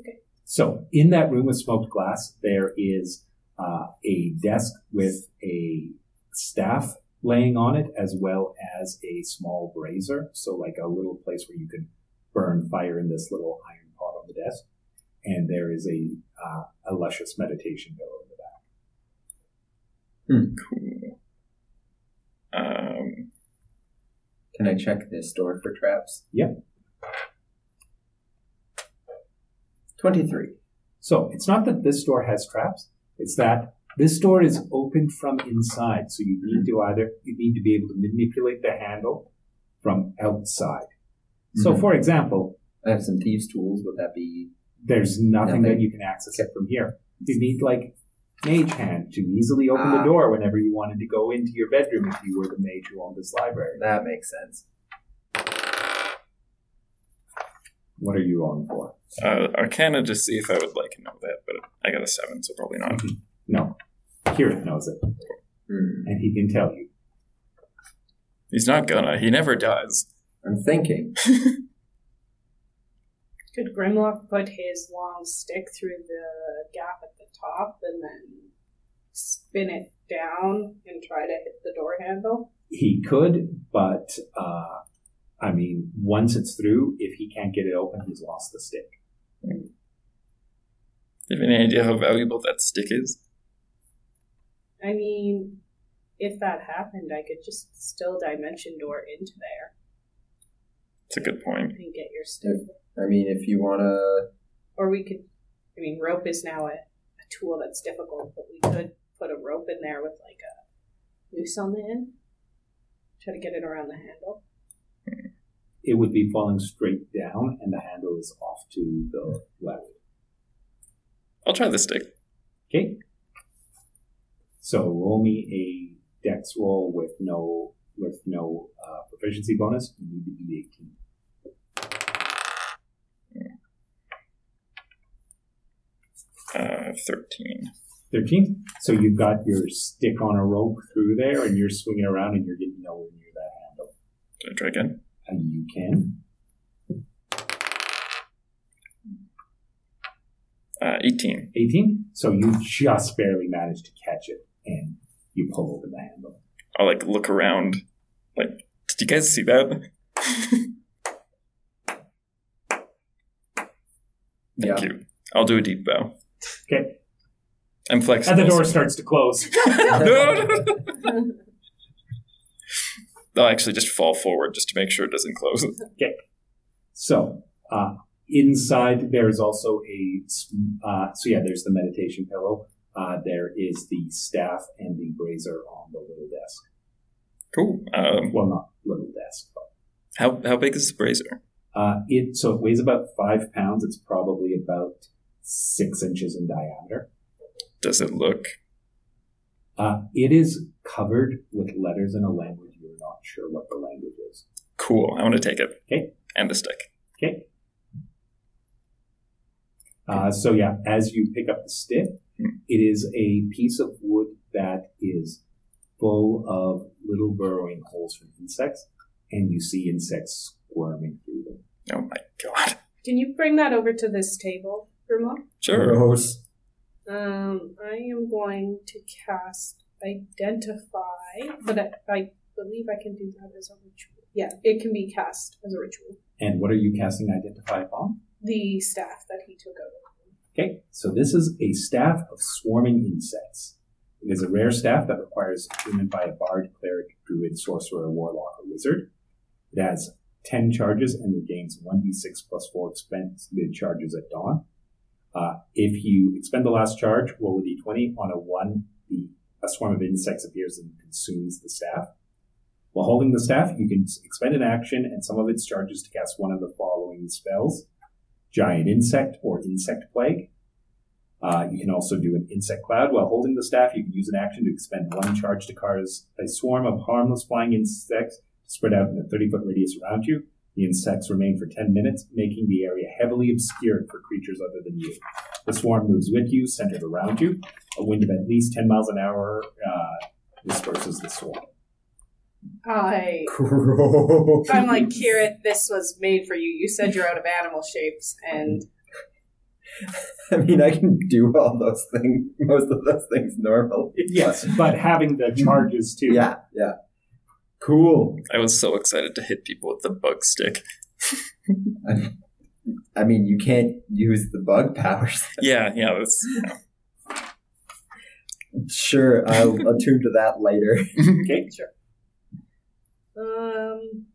[SPEAKER 2] Okay.
[SPEAKER 1] So in that room with smoked glass, there is uh, a desk with a staff laying on it, as well as a small brazier. So like a little place where you can burn fire in this little iron pot on the desk. And there is a, uh, a luscious meditation pillow in the back.
[SPEAKER 3] Cool. Um,
[SPEAKER 4] Can I check this door for traps?
[SPEAKER 1] Yep.
[SPEAKER 4] 23.
[SPEAKER 1] So it's not that this door has traps; it's that this door is opened from inside. So you need to either you need to be able to manipulate the handle from outside. So,
[SPEAKER 4] Mhm.
[SPEAKER 1] for example,
[SPEAKER 4] I have some thieves' tools. Would that be.
[SPEAKER 1] there's nothing that
[SPEAKER 4] Nothing.
[SPEAKER 1] you can access it from here. You need like mage hand to easily open the
[SPEAKER 4] Ah.
[SPEAKER 1] door whenever you wanted to go into your bedroom if you were the mage who owned this library.
[SPEAKER 4] That makes sense.
[SPEAKER 1] What are you on for?
[SPEAKER 3] uh, Arcana just see if I would like to know that, but I got a seven, so probably not.
[SPEAKER 1] No, Kirith knows it,
[SPEAKER 4] Hmm.
[SPEAKER 1] and he can tell you.
[SPEAKER 3] He's not gonna. He never does.
[SPEAKER 4] I'm thinking.
[SPEAKER 2] could Grimlock put his long stick through the gap at the top and then spin it down and try to hit the door handle?
[SPEAKER 1] He could, but uh, I mean, once it's through, if he can't get it open, he's lost the stick.
[SPEAKER 3] Do you have any idea how valuable that stick is?
[SPEAKER 2] I mean, if that happened, I could just still dimension door into there
[SPEAKER 3] It's a good point.
[SPEAKER 2] and get your stick.
[SPEAKER 4] I mean, if you want to.
[SPEAKER 2] Or we could, I mean, rope is now a, a tool that's difficult, but we could put a rope in there with like a noose on the end, try to get it around the handle.
[SPEAKER 1] it would be falling straight down and the handle is off to the left.
[SPEAKER 3] I'll try the stick.
[SPEAKER 1] Okay. So roll me a dex roll with no with no uh, proficiency bonus. You need to be 18.
[SPEAKER 3] Uh, Thirteen.
[SPEAKER 1] 13. So you've got your stick on a rope through there and you're swinging around and you're getting nowhere near that handle.
[SPEAKER 3] Did I try again?
[SPEAKER 1] And you can.
[SPEAKER 3] Uh, Eighteen.
[SPEAKER 1] 18. So you just barely manage to catch it and you pull open the handle.
[SPEAKER 3] I'll like look around. Like, did you guys see that? Thank
[SPEAKER 4] Yeah.
[SPEAKER 3] you. I'll do a deep bow.
[SPEAKER 1] Okay.
[SPEAKER 3] I'm flexible.
[SPEAKER 1] And the door starts to close.
[SPEAKER 3] no, no, no. I'll actually just fall forward just to make sure it doesn't close.
[SPEAKER 1] So uh, inside there is also a s- uh, so yeah, there's the meditation pillow. Uh, there is the staff and the brazier on the little desk.
[SPEAKER 3] Cool. Um,
[SPEAKER 1] Well, not little desk, but
[SPEAKER 3] how how big is the brazier?
[SPEAKER 1] uh, it so it weighs about five pounds. It's probably about six inches in diameter.
[SPEAKER 3] Does it look?
[SPEAKER 1] Uh, it is covered with letters in a language you're not sure what the language is.
[SPEAKER 3] Cool. I want to take it.
[SPEAKER 1] Okay.
[SPEAKER 3] And the stick.
[SPEAKER 1] Okay. Uh, so yeah, as you pick up the stick,
[SPEAKER 3] Hmm.
[SPEAKER 1] it is a piece of wood that is full of little burrowing holes from insects, and you see insects squirming through them.
[SPEAKER 3] Oh my god.
[SPEAKER 2] Can you bring that over to this table, Grimlock?
[SPEAKER 3] Sure.
[SPEAKER 4] Gross.
[SPEAKER 2] Um, I am going to cast identify, but I, I believe I can do that as a ritual. Yeah, it can be cast as a ritual.
[SPEAKER 1] And what are you casting Identify upon?
[SPEAKER 2] The staff that he took over.
[SPEAKER 1] Okay, so this is a staff of swarming insects. It is a rare staff that requires agreement by a bard, cleric, druid, sorcerer, warlock, or wizard. It has 10 charges and regains 1d6 plus 4 expended charges at dawn. Uh, if you expend the last charge, roll a d20. On a 1, the, a swarm of insects appears and consumes the staff. While holding the staff, you can expend an action and some of its charges to cast one of the following spells Giant Insect or Insect Plague. Uh, you can also do an insect cloud. While holding the staff, you can use an action to expend one charge to cause a swarm of harmless flying insects to spread out in a 30 foot radius around you. The insects remain for 10 minutes, making the area heavily obscured for creatures other than you. The swarm moves with you, centered around you. A wind of at least 10 miles an hour uh, disperses the swarm.
[SPEAKER 2] I.
[SPEAKER 4] Gross.
[SPEAKER 2] I'm like, Kirit, this was made for you. You said you're out of animal shapes, and
[SPEAKER 4] I mean, I can do all those things, most of those things normally.
[SPEAKER 1] Yes, but having the charges too.
[SPEAKER 4] Yeah, yeah. Cool.
[SPEAKER 3] I was so excited to hit people with the bug stick.
[SPEAKER 4] I mean, you can't use the bug powers.
[SPEAKER 3] Yeah, yeah, that's
[SPEAKER 4] Sure, I'll attune to that later.
[SPEAKER 1] Okay. Sure.
[SPEAKER 2] um,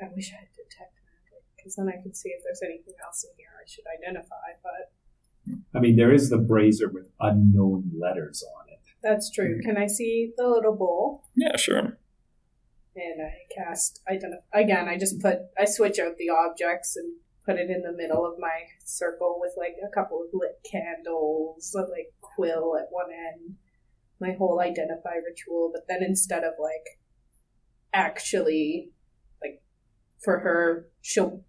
[SPEAKER 2] I wish I had detect magic because then I could see if there's anything else in here I should identify. But
[SPEAKER 1] I mean, there is the brazier with unknown letters on it.
[SPEAKER 2] that's true. Can I see the little bowl?
[SPEAKER 3] yeah, sure.
[SPEAKER 2] And I cast identify again. I just put I switch out the objects and put it in the middle of my circle with like a couple of lit candles, a like quill at one end. My whole identify ritual, but then instead of like actually like for her, she'll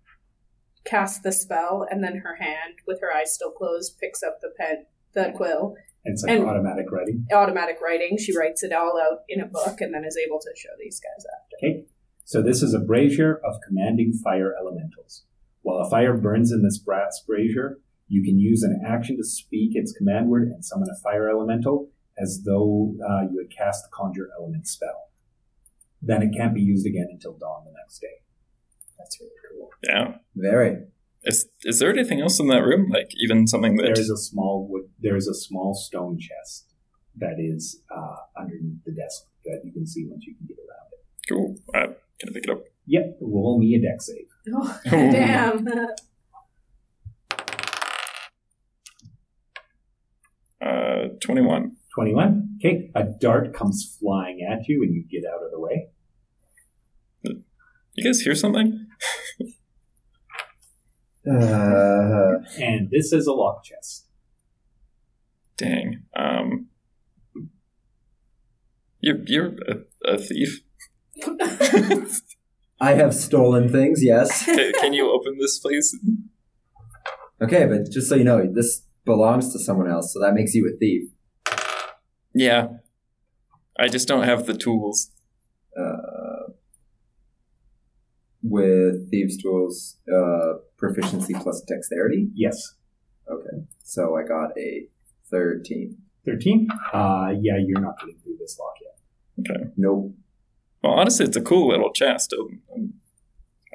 [SPEAKER 2] cast the spell and then her hand with her eyes still closed picks up the pen, the quill,
[SPEAKER 1] And it's like
[SPEAKER 2] And-
[SPEAKER 1] automatic writing.
[SPEAKER 2] automatic writing. She writes it all out in a book and then is able to show these guys after.
[SPEAKER 1] Okay. So this is a brazier of commanding fire elementals. While a fire burns in this brass brazier, you can use an action to speak its command word and summon a fire elemental as though uh, you had cast the conjure element spell. Then it can't be used again until dawn the next day. That's really cool.
[SPEAKER 3] Yeah.
[SPEAKER 4] Very.
[SPEAKER 3] Is is there anything else in that room? Like even something that
[SPEAKER 1] There is a small wood. There is a small stone chest that is uh, underneath the desk that you can see once you can get around it.
[SPEAKER 3] cool. I'm gonna pick it up.
[SPEAKER 1] Yep. Roll me a deck save.
[SPEAKER 2] Oh,
[SPEAKER 3] Ooh.
[SPEAKER 2] damn.
[SPEAKER 3] Uh, twenty-one.
[SPEAKER 1] 21. Okay, a dart comes flying at you and you get out of the way.
[SPEAKER 3] You guys hear something?
[SPEAKER 4] Uh,
[SPEAKER 1] And this is a lock chest.
[SPEAKER 3] Dang. Um, you're you're a, a thief.
[SPEAKER 4] I have stolen things, yes.
[SPEAKER 3] can, can you open this, please?
[SPEAKER 4] Okay, but just so you know, this belongs to someone else, so that makes you a thief.
[SPEAKER 3] Yeah. I just don't have the tools.
[SPEAKER 4] Uh, with thieves' tools, uh, proficiency plus dexterity.
[SPEAKER 1] Yes.
[SPEAKER 4] So I got a 13.
[SPEAKER 1] 13. Uh, yeah, you're not getting through this lock yet.
[SPEAKER 4] Nope.
[SPEAKER 3] Well, honestly, it's a cool little chest. Um, um,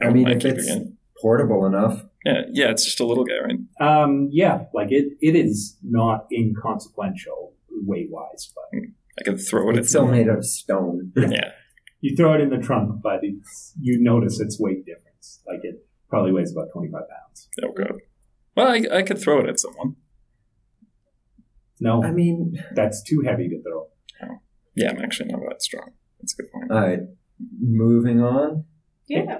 [SPEAKER 4] I mean,
[SPEAKER 3] like
[SPEAKER 4] if
[SPEAKER 3] keeping
[SPEAKER 4] it's
[SPEAKER 3] it.
[SPEAKER 4] portable enough,
[SPEAKER 3] yeah, yeah, it's just a little guy, right?
[SPEAKER 1] Um, yeah, like it, it is not inconsequential weight wise, but
[SPEAKER 3] I can throw it at
[SPEAKER 4] it's still
[SPEAKER 3] someone.
[SPEAKER 4] made out of stone.
[SPEAKER 3] Yeah,
[SPEAKER 1] you throw it in the trunk, but it's, you notice its weight difference. Like it probably weighs about 25 pounds.
[SPEAKER 3] oh god. Well, I, I could throw it at someone.
[SPEAKER 1] No,
[SPEAKER 4] I mean,
[SPEAKER 1] that's too heavy to throw.
[SPEAKER 3] Yeah, I'm actually not that strong. That's a good point.
[SPEAKER 4] all right. Moving on.
[SPEAKER 2] yeah.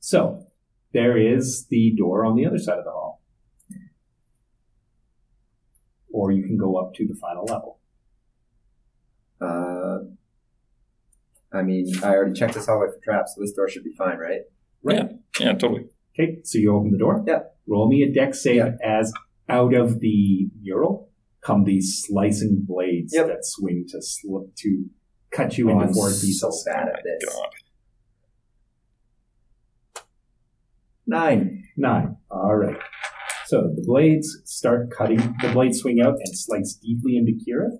[SPEAKER 1] So there is the door on the other side of the hall. Or you can go up to the final level.
[SPEAKER 4] Uh, I mean, I already checked this hallway for traps, so this door should be fine, right?
[SPEAKER 3] Yeah, totally.
[SPEAKER 1] Okay, so you open the door.
[SPEAKER 4] Yeah.
[SPEAKER 1] Roll me a deck save
[SPEAKER 4] Yeah.
[SPEAKER 1] as out of the mural come these slicing blades
[SPEAKER 4] Yep.
[SPEAKER 1] that swing to slip to cut you
[SPEAKER 4] Oh,
[SPEAKER 1] into
[SPEAKER 4] I'm
[SPEAKER 1] four
[SPEAKER 4] so
[SPEAKER 1] pieces.
[SPEAKER 4] bad at this.
[SPEAKER 3] Oh God.
[SPEAKER 4] Nine.
[SPEAKER 1] Nine. All right. So the blades start cutting. The blades swing out and slice deeply into Kira.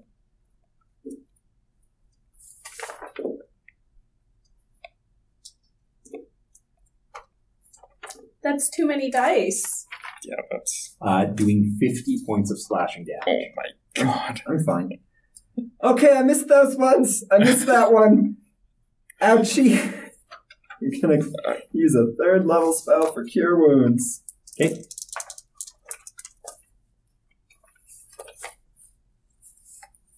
[SPEAKER 2] That's too many dice.
[SPEAKER 3] Yeah, that's.
[SPEAKER 1] uh, doing 50 points of slashing
[SPEAKER 3] Oh
[SPEAKER 1] damage.
[SPEAKER 3] my god.
[SPEAKER 4] I'm fine. Okay, I missed those ones. I missed that one. Ouchie. I'm gonna use a third level spell for cure wounds.
[SPEAKER 1] Okay.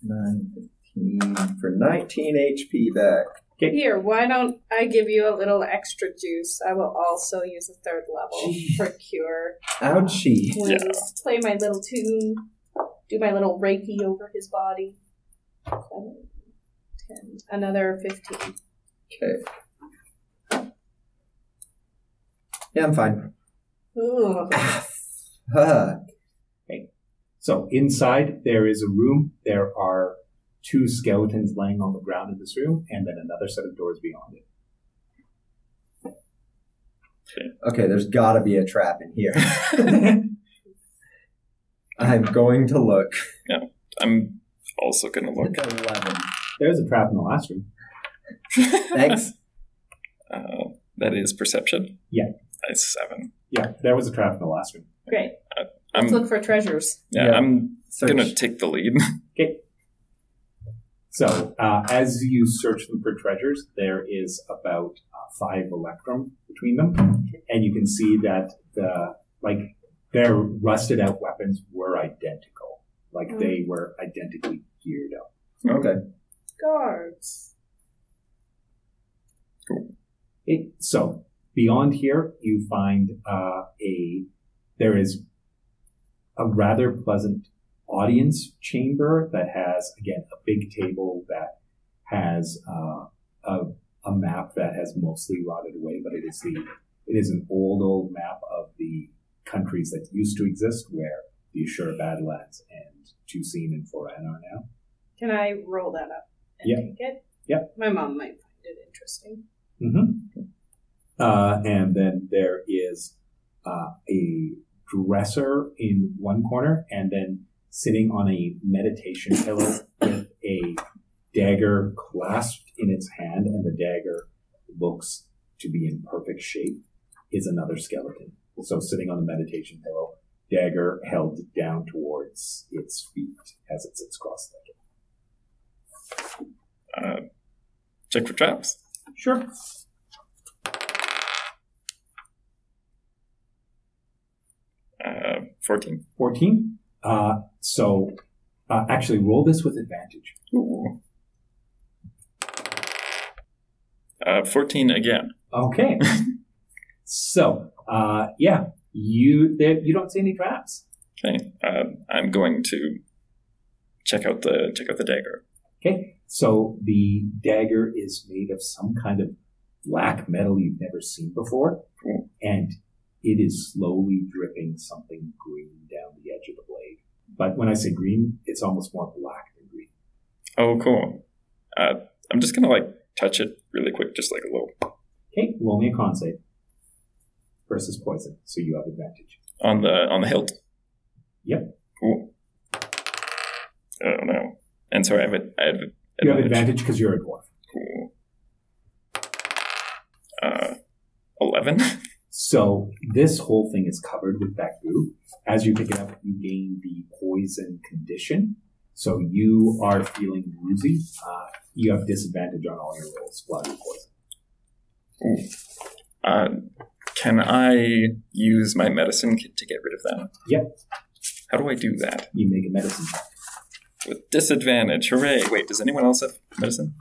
[SPEAKER 4] Nine, fifteen for 19 HP back.
[SPEAKER 2] Here, why don't I give you a little extra juice? I will also use a third level
[SPEAKER 4] Jeez.
[SPEAKER 2] for cure.
[SPEAKER 4] Ouchie.
[SPEAKER 2] wounds, play my little tune, do my little reiki over his body. Seven, ten, another 15.
[SPEAKER 4] Okay. Yeah, I'm fine.
[SPEAKER 2] Ooh.
[SPEAKER 4] Ah, fuck.
[SPEAKER 1] So inside there is a room. There are two skeletons laying on the ground in this room, and then another set of doors beyond it.
[SPEAKER 4] okay, there's gotta be a trap in here. I'm going to look.
[SPEAKER 3] I'm also gonna look.
[SPEAKER 4] 11.
[SPEAKER 1] There's a trap in the last room.
[SPEAKER 4] Thanks.
[SPEAKER 3] Uh, that is perception.
[SPEAKER 1] Yeah.
[SPEAKER 3] That's seven.
[SPEAKER 1] Yeah, there was a trap in the last room.
[SPEAKER 2] Great.
[SPEAKER 3] I'm,
[SPEAKER 2] Let's look for treasures.
[SPEAKER 3] yeah,
[SPEAKER 4] Yeah.
[SPEAKER 3] I'm
[SPEAKER 4] Search.
[SPEAKER 3] gonna take the lead.
[SPEAKER 1] So uh, as you search them for treasures, there is about uh, five electrum between them, and you can see that the like their rusted out weapons were identical. Like they were identically geared up.
[SPEAKER 4] Okay.
[SPEAKER 2] Guards.
[SPEAKER 1] It, so beyond here, you find uh, a there is a rather pleasant audience chamber that has again a big table that has uh, a, a map that has mostly rotted away, but it is the it is an old old map of the countries that used to exist where the Ashura Badlands and Tucson and Foran are now.
[SPEAKER 2] Can I roll that up and
[SPEAKER 1] Yeah.
[SPEAKER 2] take it?
[SPEAKER 1] Yeah.
[SPEAKER 2] My mom might find it interesting.
[SPEAKER 1] Mm-hmm. Uh, and then there is uh, a dresser in one corner, and then sitting on a meditation pillow with a dagger clasped in its hand, and the dagger looks to be in perfect shape, is another skeleton. So sitting on the meditation pillow, dagger held down towards its feet as it sits cross-legged.
[SPEAKER 3] Uh, check for traps.
[SPEAKER 1] Sure.
[SPEAKER 3] Uh, 14.
[SPEAKER 1] 14. Uh, so uh, actually, roll this with advantage.
[SPEAKER 3] Ooh. Uh, 14 again.
[SPEAKER 1] Okay. so uh, yeah, you there, you don't see any traps.
[SPEAKER 3] Okay. Uh, I'm going to check out the check out the dagger.
[SPEAKER 1] Okay. So the dagger is made of some kind of black metal you've never seen before,
[SPEAKER 3] Cool.
[SPEAKER 1] and it is slowly dripping something green down the edge of the blade. But when I say green, it's almost more black than green.
[SPEAKER 3] Oh, cool. Uh, I'm just gonna like touch it really quick, just like a little
[SPEAKER 1] Okay, roll me a con save versus poison, so you have advantage.
[SPEAKER 3] on the on the hilt.
[SPEAKER 1] Yep.
[SPEAKER 3] Cool. Oh no. And sorry, I have a, I have, a
[SPEAKER 1] You have advantage because you're a dwarf.
[SPEAKER 3] Cool. Uh, eleven.
[SPEAKER 1] So this whole thing is covered with that goo. As you pick it up, you gain the poison condition. So you are feeling woozy. Uh, you have disadvantage on all your rolls while you're poisoned.
[SPEAKER 3] Uh, can I use my medicine kit to get rid of that?
[SPEAKER 1] Yep.
[SPEAKER 3] How do I do that?
[SPEAKER 1] You make a medicine. check.
[SPEAKER 3] With disadvantage. Hooray! Wait, does anyone else have medicine?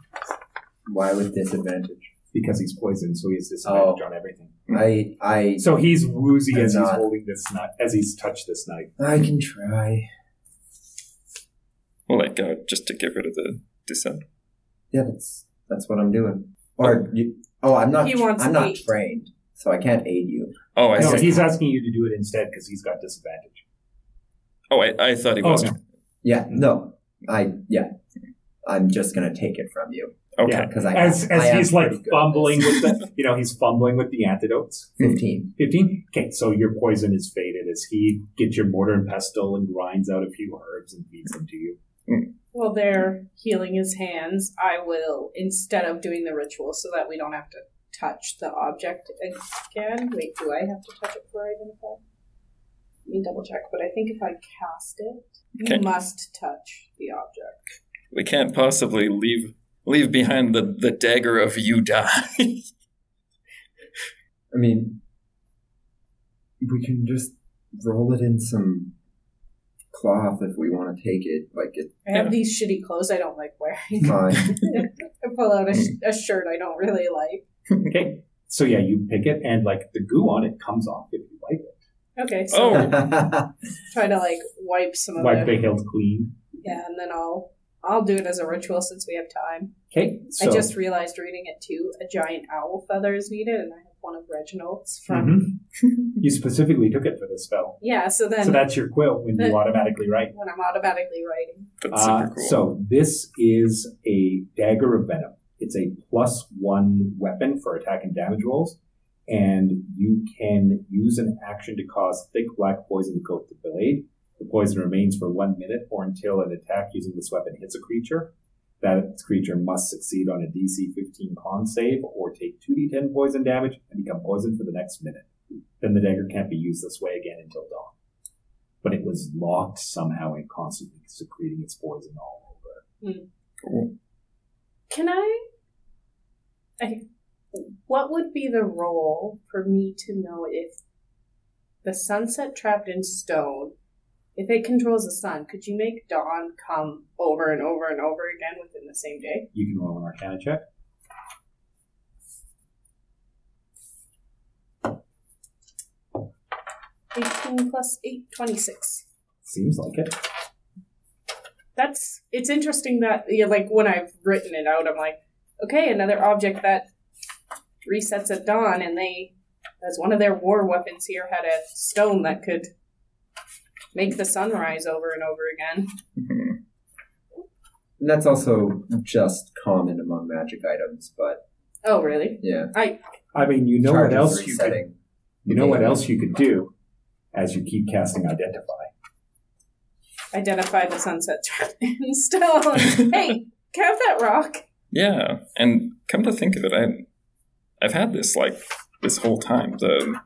[SPEAKER 4] Why with disadvantage?
[SPEAKER 1] Because he's poisoned, so he has disadvantage on everything.
[SPEAKER 4] I I
[SPEAKER 1] So he's woozy
[SPEAKER 4] I'm
[SPEAKER 1] as he's
[SPEAKER 4] Oh. not.
[SPEAKER 1] holding this knife, as he's touched this knife.
[SPEAKER 4] I can try.
[SPEAKER 3] Well, like uh, just to get rid of the dissent.
[SPEAKER 4] Yeah, that's that's what I'm doing. Or you, oh, I'm not.
[SPEAKER 2] He wants
[SPEAKER 4] I'm not
[SPEAKER 2] eight.
[SPEAKER 4] trained, so I can't aid you.
[SPEAKER 3] Oh, I
[SPEAKER 1] No,
[SPEAKER 3] see.
[SPEAKER 1] he's asking you to do it instead because he's got disadvantage.
[SPEAKER 3] Oh, I, I thought he
[SPEAKER 1] Oh,
[SPEAKER 3] was.
[SPEAKER 1] no.
[SPEAKER 4] Yeah, no. I yeah. I'm just gonna take it from you.
[SPEAKER 3] Okay.
[SPEAKER 4] because I
[SPEAKER 1] As
[SPEAKER 4] I
[SPEAKER 1] as
[SPEAKER 4] am
[SPEAKER 1] he's like
[SPEAKER 4] pretty good at
[SPEAKER 1] fumbling
[SPEAKER 4] this.
[SPEAKER 1] with the, you know, he's fumbling with the antidotes.
[SPEAKER 4] fifteen.
[SPEAKER 1] 15? Okay, so your poison is faded as he gets your mortar and pestle and grinds out a few herbs and feeds them to you.
[SPEAKER 2] While they're healing his hands, I will, instead of doing the ritual so that we don't have to touch the object again. Wait, do I have to touch it before I identify? Let me double check, but I think if I cast it,
[SPEAKER 3] Okay.
[SPEAKER 2] you must touch the object.
[SPEAKER 3] We can't possibly leave leave behind the, the dagger of you die.
[SPEAKER 4] I mean, we can just roll it in some cloth if we want to take it. Like it's
[SPEAKER 2] I have
[SPEAKER 3] Yeah.
[SPEAKER 2] these shitty clothes I don't like wearing.
[SPEAKER 4] fine.
[SPEAKER 2] I pull out a, sh- a shirt I don't really like.
[SPEAKER 1] Okay, so yeah, you pick it and like the goo on it comes off if you wipe it.
[SPEAKER 2] Okay, so
[SPEAKER 3] oh,
[SPEAKER 2] try to like wipe some of
[SPEAKER 1] Wipe
[SPEAKER 2] it.
[SPEAKER 1] the hilt clean.
[SPEAKER 2] Yeah, and then I'll I'll do it as a ritual since we have time.
[SPEAKER 1] Okay, so
[SPEAKER 2] I just realized reading it too. A giant owl feather is needed, and I have one of Reginald's from.
[SPEAKER 1] Mhm. you specifically took it for this spell.
[SPEAKER 2] Yeah, so then
[SPEAKER 1] so that's your quill when you
[SPEAKER 2] Uh,
[SPEAKER 1] automatically write.
[SPEAKER 2] when I'm automatically writing,
[SPEAKER 3] that's
[SPEAKER 1] Uh,
[SPEAKER 3] super cool.
[SPEAKER 1] so this is a dagger of venom. It's a plus one weapon for attack and damage rolls, and you can use an action to cause thick black poison to coat the blade. The poison remains for one minute or until an attack using this weapon hits a creature. That creature must succeed on a DC 15 con save or take 2d10 poison damage and become poisoned for the next minute. Then the dagger can't be used this way again until dawn but it was locked somehow and constantly secreting its poison all over.
[SPEAKER 3] Cool.
[SPEAKER 2] can I? I what would be the role for me to know if the sunset trapped in stone, if it controls the sun, could you make dawn come over and over and over again within the same day?
[SPEAKER 1] You can roll an Arcana check.
[SPEAKER 2] Eighteen plus eight, twenty-six.
[SPEAKER 1] Seems like it.
[SPEAKER 2] that's it's interesting that yeah, like when I've written it out, I'm like, okay, another object that resets at dawn, and they as one of their war weapons here had a stone that could make the sun rise over and over again.
[SPEAKER 3] Mhm.
[SPEAKER 4] and that's also just common among magic items, but
[SPEAKER 2] Oh, really?
[SPEAKER 4] yeah.
[SPEAKER 1] I mean, you know what
[SPEAKER 4] Charges
[SPEAKER 1] else you could,
[SPEAKER 4] resetting.
[SPEAKER 1] you know what else you could do as you keep casting identify.
[SPEAKER 2] Identify the sunset trap in stone. hey, can I have that rock?
[SPEAKER 3] Yeah, and come to think of it, I I've had this like this whole time. The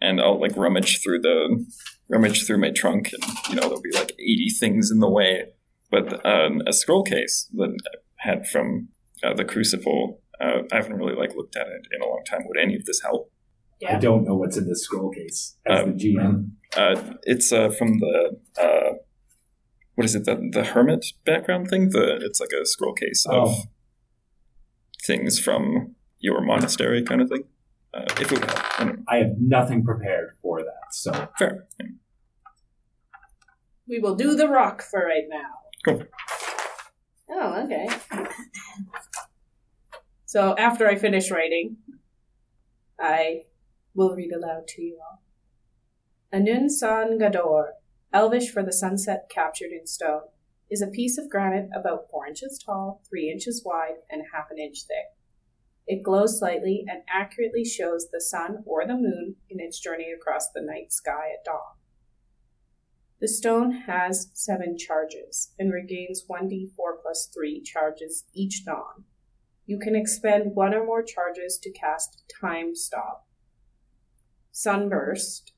[SPEAKER 3] and I'll like rummage through the rummage through my trunk, and you know there'll be like eighty things in the way. But um, a scroll case that I had from uh, the crucible. Uh, I haven't really like looked at it in a long time. Would any of this help?
[SPEAKER 1] I
[SPEAKER 2] Yeah.
[SPEAKER 1] don't know what's in this scroll case as the GM.
[SPEAKER 3] Uh, it's uh, from the uh, what is it? The the hermit background thing. The it's like a scroll case of
[SPEAKER 1] Oh.
[SPEAKER 3] things from your monastery kind of thing. Uh, if it would help. I don't know.
[SPEAKER 1] I have nothing prepared for that, so
[SPEAKER 3] Fair.
[SPEAKER 2] We will do the rock for right now.
[SPEAKER 3] Cool.
[SPEAKER 2] Oh, okay. so after I finish writing, I will read aloud to you all. Anun San Gador, Elvish for the sunset captured in stone, is a piece of granite about four inches tall, three inches wide, and half an inch thick. It glows slightly and accurately shows the sun or the moon in its journey across the night sky at dawn. The stone has seven charges and regains 1d4 plus 3 charges each dawn. You can expend one or more charges to cast Time Stop. Sunburst.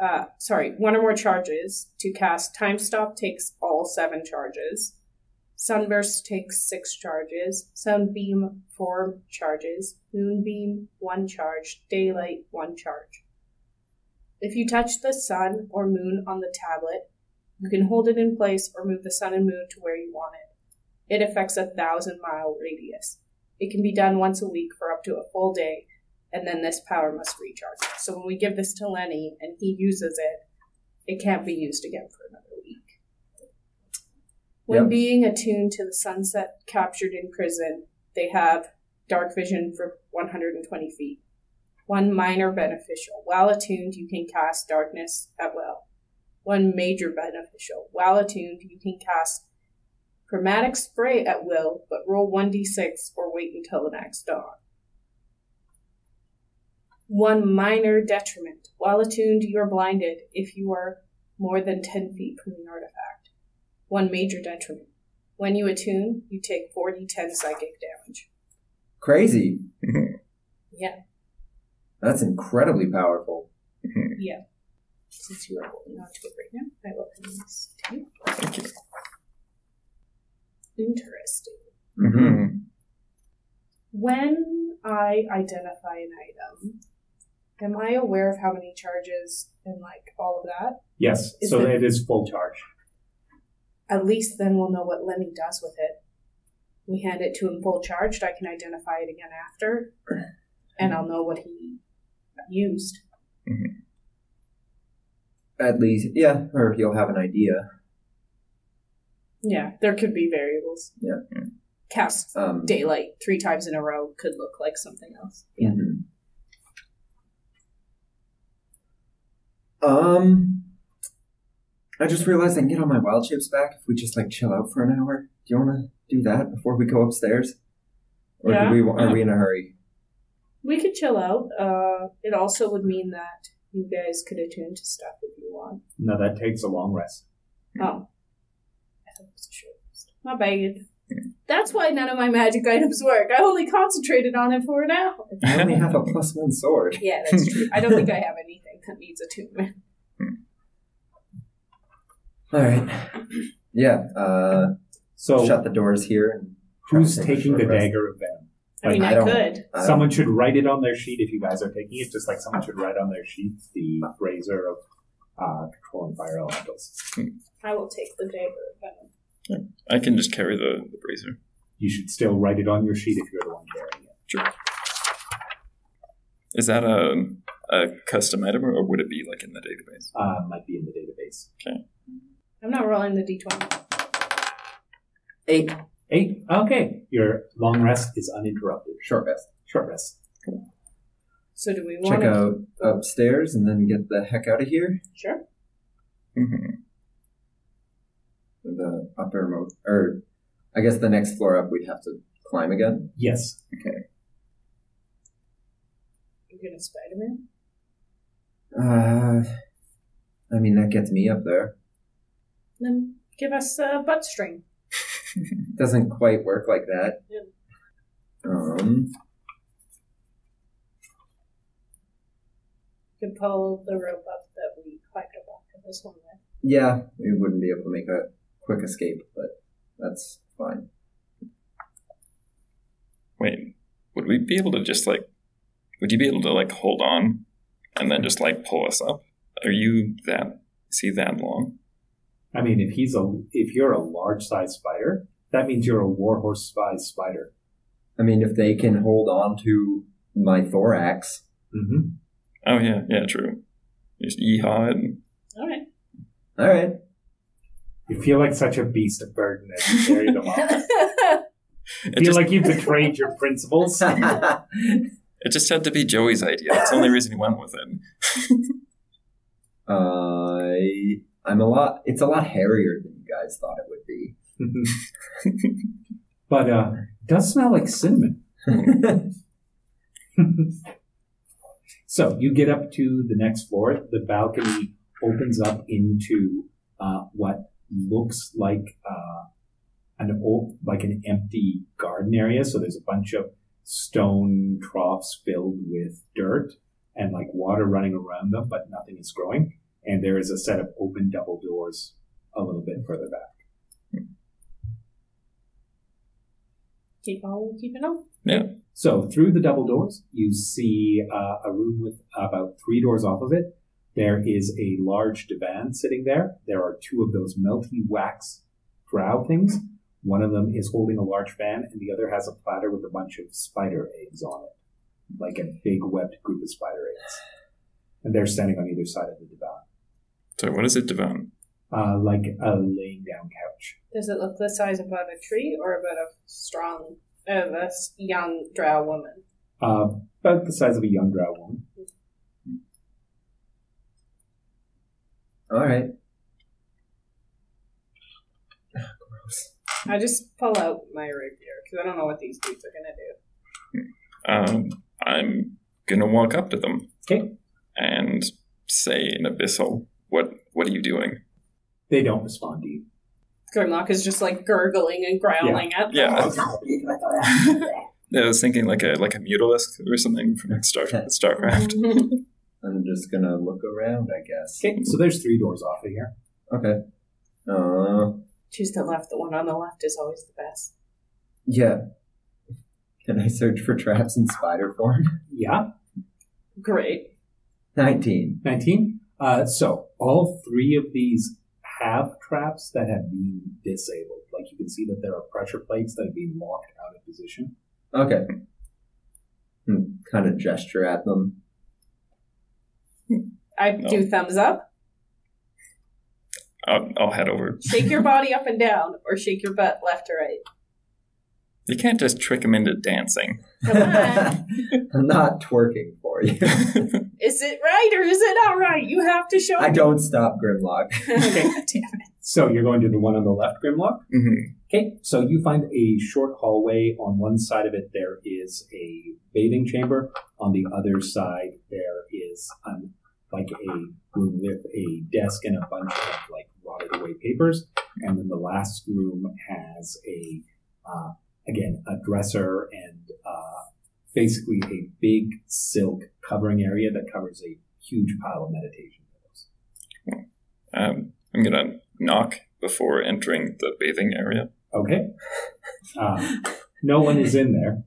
[SPEAKER 2] Uh, sorry, one or more charges to cast Time Stop takes all seven charges. Sunburst takes six charges. Sunbeam, four charges. Moonbeam, one charge. Daylight, one charge. If you touch the sun or moon on the tablet, you can hold it in place or move the sun and moon to where you want it. It affects a thousand mile radius. It can be done once a week for up to a full day, and then this power must recharge. So when we give this to Lenny and he uses it, it can't be used again for another week. When
[SPEAKER 4] Yep.
[SPEAKER 2] being attuned to the sunset captured in prison, they have dark vision for 120 feet. One minor beneficial. While attuned, you can cast darkness at will. One major beneficial. While attuned, you can cast Chromatic spray at will, but roll 1d6 or wait until the next dawn. One minor detriment. While attuned, you are blinded if you are more than 10 feet from the artifact. One major detriment. When you attune, you take 4d10 psychic damage.
[SPEAKER 4] Crazy.
[SPEAKER 2] Yeah,
[SPEAKER 4] That's incredibly powerful.
[SPEAKER 2] since you are holding on to it right now, I will hand this to you.
[SPEAKER 3] Thank you.
[SPEAKER 2] Interesting.
[SPEAKER 4] Mhm.
[SPEAKER 3] Mhm.
[SPEAKER 2] When I identify an item, am I aware of how many charges and like all of that?
[SPEAKER 1] Yes,
[SPEAKER 2] Is
[SPEAKER 1] so
[SPEAKER 2] it-
[SPEAKER 1] it is full charge.
[SPEAKER 2] At least then we'll know what Lemmy does with it. We hand it to him full charged. I can identify it again after, and I'll know what he used.
[SPEAKER 4] At least, yeah, or you'll have an idea.
[SPEAKER 2] Yeah, there could be variables.
[SPEAKER 4] Yeah.
[SPEAKER 2] Cast
[SPEAKER 4] Um,
[SPEAKER 2] daylight three times in a row could look like something else.
[SPEAKER 4] mhm. Um, I just realized I can get all my wild shapes back if we just like chill out for an hour. Do you want to do that before we go upstairs? Or
[SPEAKER 2] Yeah.
[SPEAKER 4] do we, are we in a hurry?
[SPEAKER 2] We could chill out. Uh, it also would mean that you guys could attune to stuff if you want.
[SPEAKER 1] No, that takes a long rest.
[SPEAKER 2] Oh. I thought it was a short rest. My bad. That's why none of my magic items work. I only concentrated on it for an hour.
[SPEAKER 4] I only have a plus one sword.
[SPEAKER 2] Yeah, that's true. I don't think I have anything that needs attunement.
[SPEAKER 4] All right. Yeah. Uh,
[SPEAKER 1] So
[SPEAKER 4] shut the doors here. And
[SPEAKER 1] who's
[SPEAKER 4] Try to take a
[SPEAKER 1] taking
[SPEAKER 4] short
[SPEAKER 1] the
[SPEAKER 4] rest.
[SPEAKER 1] dagger of venom?
[SPEAKER 2] I mean,
[SPEAKER 4] I
[SPEAKER 2] I,
[SPEAKER 4] don't-
[SPEAKER 2] could.
[SPEAKER 4] I don't-
[SPEAKER 1] Someone should write it on their sheet if you guys are taking it, just like someone should write on their sheet the razor of uh, controlling fire elementals.
[SPEAKER 2] I will take the dagger. of venom.
[SPEAKER 3] I can just carry the, the brazier.
[SPEAKER 1] You should still write it on your sheet if you're the one carrying it.
[SPEAKER 3] Is that a, a custom item, or would it be like in the database?
[SPEAKER 1] Uh, might be in the database.
[SPEAKER 2] I'm not rolling the d20.
[SPEAKER 4] Eight.
[SPEAKER 1] Eight. Okay. Your long rest is uninterrupted.
[SPEAKER 4] Short rest.
[SPEAKER 1] Short rest.
[SPEAKER 2] So do we want
[SPEAKER 4] Check
[SPEAKER 2] to?
[SPEAKER 4] out upstairs and then get the heck out of here.
[SPEAKER 2] Sure.
[SPEAKER 3] Mhm.
[SPEAKER 4] The upper mo or I guess the next floor up we'd have to climb again.
[SPEAKER 1] Yes.
[SPEAKER 2] You're going to Spider-Man?
[SPEAKER 4] Uh, I mean that gets me up there.
[SPEAKER 2] Then give us a butt string.
[SPEAKER 4] Doesn't quite work like that.
[SPEAKER 2] Yeah.
[SPEAKER 4] Um,
[SPEAKER 2] You can pull the rope up that we climbed up onto this one with.
[SPEAKER 4] yeah, we wouldn't be able to make a quick escape, but that's fine.
[SPEAKER 3] Wait, would we be able to just like, would you be able to like hold on and then just like pull us up? Are you that, see that long?
[SPEAKER 1] I mean, if he's a if you're a large size spider, that means you're a warhorse size spider.
[SPEAKER 4] I mean, if they can hold on to my thorax,
[SPEAKER 1] Mm-hmm.
[SPEAKER 3] Oh, yeah, yeah, true. Just yeehaw it. and-
[SPEAKER 2] All right.
[SPEAKER 4] all right.
[SPEAKER 1] You feel like such a beast of burden as you carry them up.
[SPEAKER 3] It
[SPEAKER 1] feel
[SPEAKER 3] just,
[SPEAKER 1] like you betrayed your principles.
[SPEAKER 3] it just had to be Joey's idea. That's the only reason he went with it.
[SPEAKER 4] I I'm a lot. It's a lot hairier than you guys thought it would be.
[SPEAKER 1] but uh, it does smell like cinnamon. so you get up to the next floor. The balcony opens up into uh, what looks like uh, an old, like an empty garden area. So there's a bunch of stone troughs filled with dirt and like water running around them, but nothing is growing. And there is a set of open double doors a little bit further back.
[SPEAKER 2] Keep on keeping on.
[SPEAKER 1] So through the double doors, you see uh, a room with about three doors off of it. There is a large divan sitting there. There are two of those melty wax drow things. One of them is holding a large fan, and the other has a platter with a bunch of spider eggs on it, like a big webbed group of spider eggs. And they're standing on either side of the divan,
[SPEAKER 3] So, what is it, Devon?
[SPEAKER 1] uh, like a laying down couch.
[SPEAKER 2] Does it look the size about a tree or about a strong, of a s- young drow woman?
[SPEAKER 1] Uh, about the size of a young drow woman.
[SPEAKER 4] All right.
[SPEAKER 2] I just pull out my rapier because I don't know what these dudes are gonna do.
[SPEAKER 3] Um, I'm gonna walk up to them.
[SPEAKER 1] Okay.
[SPEAKER 3] And say in abyssal, "What? What are you doing?"
[SPEAKER 1] They don't respond to you.
[SPEAKER 2] Grimlock is just like gurgling and growling at them.
[SPEAKER 3] Yeah. Yeah, I was thinking like a like a mutalisk or something from like Star Starcraft.
[SPEAKER 4] I'm just gonna look around, I guess.
[SPEAKER 1] Okay, so there's three doors off of here.
[SPEAKER 4] Okay. Uh,
[SPEAKER 2] Choose the left. The one on the left is always the best.
[SPEAKER 4] yeah. Can I search for traps in spider form?
[SPEAKER 1] Yeah,
[SPEAKER 2] Great.
[SPEAKER 4] 19.
[SPEAKER 1] 19. Uh, so all three of these have traps that have been disabled. Like you can see that there are pressure plates that have been locked out of position.
[SPEAKER 4] Okay. Kind of gesture at them.
[SPEAKER 2] I
[SPEAKER 3] No.
[SPEAKER 2] do thumbs up.
[SPEAKER 3] I'll, I'll head over.
[SPEAKER 2] Shake your body up and down, or shake your butt left or right.
[SPEAKER 3] You can't just trick them into dancing.
[SPEAKER 2] Come on.
[SPEAKER 4] I'm not twerking for you.
[SPEAKER 2] is it right or is it not right? You have to show
[SPEAKER 4] I
[SPEAKER 2] me.
[SPEAKER 4] don't stop Grimlock.
[SPEAKER 1] So you're going to the one on the left, Grimlock?
[SPEAKER 3] Mhm.
[SPEAKER 1] Okay, so you find a short hallway. On one side of it, there is a bathing chamber. On the other side, there is um, like a room with a desk and a bunch of like rotted away papers. And then the last room has a, uh, again, a dresser and uh, basically a big silk covering area that covers a huge pile of meditation pillows.
[SPEAKER 3] Um, I'm gonna knock before entering the bathing area.
[SPEAKER 1] Okay? Uh, no one is in there.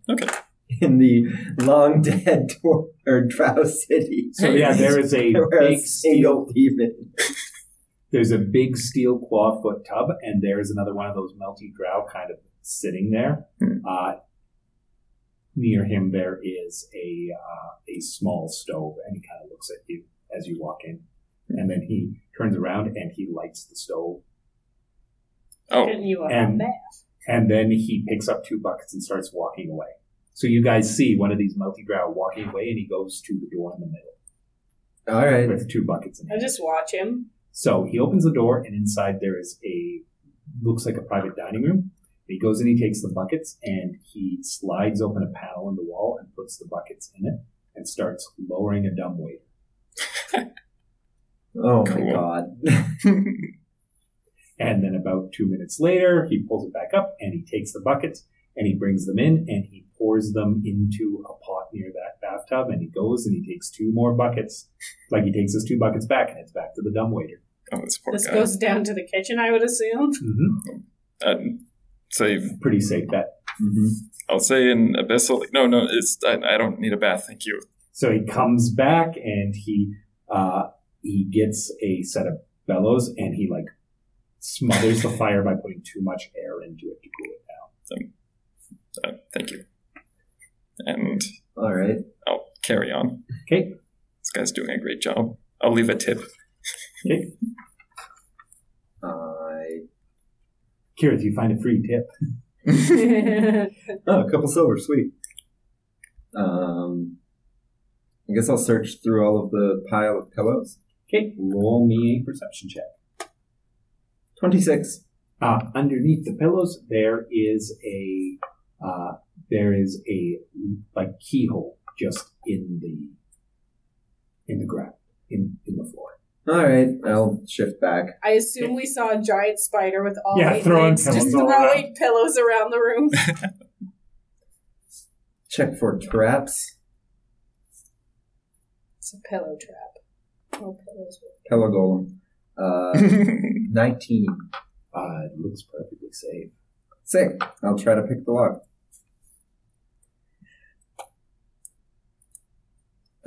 [SPEAKER 4] in the long dead dwar- or drow city.
[SPEAKER 1] So yeah, there is a
[SPEAKER 4] Where a
[SPEAKER 1] big steel.
[SPEAKER 4] single demon.
[SPEAKER 1] There's a big steel claw foot tub, and there is another one of those melty drow kind of sitting there.
[SPEAKER 3] Hmm.
[SPEAKER 1] Uh, near him, there is a uh, a small stove, and he kind of looks at you as you walk in, and then he turns around and he lights the stove,
[SPEAKER 3] Oh,
[SPEAKER 2] Couldn't you have
[SPEAKER 1] And-
[SPEAKER 2] that?
[SPEAKER 1] and then he picks up two buckets and starts walking away. So you guys see one of these melty drow walking away, and he goes to the door in the middle
[SPEAKER 4] All right.
[SPEAKER 1] with two buckets in
[SPEAKER 2] I
[SPEAKER 1] hand.
[SPEAKER 2] just watch him.
[SPEAKER 1] So he opens the door, and inside there is a looks like a private dining room. He goes and he takes the buckets and he slides open a panel in the wall and puts the buckets in it and starts lowering a dumbwaiter.
[SPEAKER 4] Oh
[SPEAKER 3] Cool.
[SPEAKER 4] my god.
[SPEAKER 1] And then about two minutes later, he pulls it back up and he takes the buckets and he brings them in and he pours them into a pot near that bathtub and he goes and he takes two more buckets. Like he takes his two buckets back and it's back to the dumbwaiter.
[SPEAKER 3] oh, this poor
[SPEAKER 2] This
[SPEAKER 3] guy.
[SPEAKER 2] goes down to the kitchen, I would assume.
[SPEAKER 1] Mm-hmm.
[SPEAKER 3] Um, so
[SPEAKER 1] Pretty safe bet.
[SPEAKER 4] Mhm.
[SPEAKER 3] I'll say in abyssal. No, no, it's I, I don't need a bath, thank you.
[SPEAKER 1] So he comes back and he uh, he gets a set of bellows and he like smothers the fire by putting too much air into it to cool it down.
[SPEAKER 3] Uh, thank you. And
[SPEAKER 4] All right.
[SPEAKER 3] I'll carry on.
[SPEAKER 1] Okay.
[SPEAKER 3] This guy's doing a great job. I'll leave a tip.
[SPEAKER 4] I
[SPEAKER 1] Kira, do you find a free tip?
[SPEAKER 4] oh, a couple silver, sweet. Um, I guess I'll search through all of the pile of pillows.
[SPEAKER 1] Okay, roll me a perception check.
[SPEAKER 4] Twenty-six.
[SPEAKER 1] Uh, underneath the pillows there is a uh, there is a like keyhole just in the in the ground in in the floor.
[SPEAKER 4] All right. I'll shift back.
[SPEAKER 2] I assume we saw a giant spider with all
[SPEAKER 1] Yeah,
[SPEAKER 2] eight
[SPEAKER 1] throwing
[SPEAKER 2] legs just
[SPEAKER 1] pillows all
[SPEAKER 2] throwing pillows around the room.
[SPEAKER 4] Check for traps.
[SPEAKER 2] It's a pillow trap. No pillows.
[SPEAKER 4] Pillow golem. Uh,
[SPEAKER 3] okay.
[SPEAKER 4] nineteen.
[SPEAKER 1] Uh, it looks perfectly safe.
[SPEAKER 4] Sick. I'll try to pick the lock.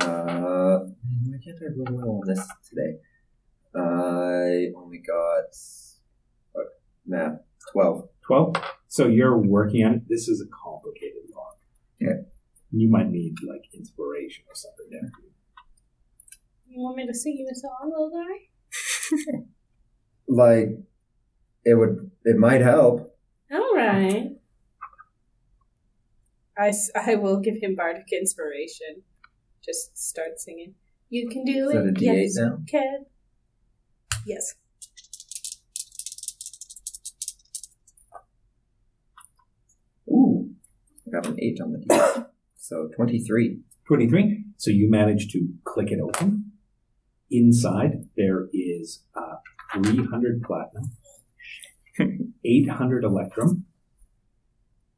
[SPEAKER 4] Uh, man, why can't I roll well on this today? I only got fuck, map twelve.
[SPEAKER 1] Twelve. So you're working on it. This is a complicated lock.
[SPEAKER 4] Okay.
[SPEAKER 1] You might need like inspiration or something there.
[SPEAKER 2] You want me to sing you a song, little guy?
[SPEAKER 4] Like, it would. It might help.
[SPEAKER 2] All right. I, s- I will give him bardic inspiration. Just start singing. You can do
[SPEAKER 4] Is that a
[SPEAKER 2] it.
[SPEAKER 4] D8
[SPEAKER 2] yes,
[SPEAKER 4] now?
[SPEAKER 2] you can. Yes.
[SPEAKER 4] I got an eight on the D. So 23.
[SPEAKER 1] 23. So you manage to click it open. Inside, there is uh, 300 platinum, 800 electrum.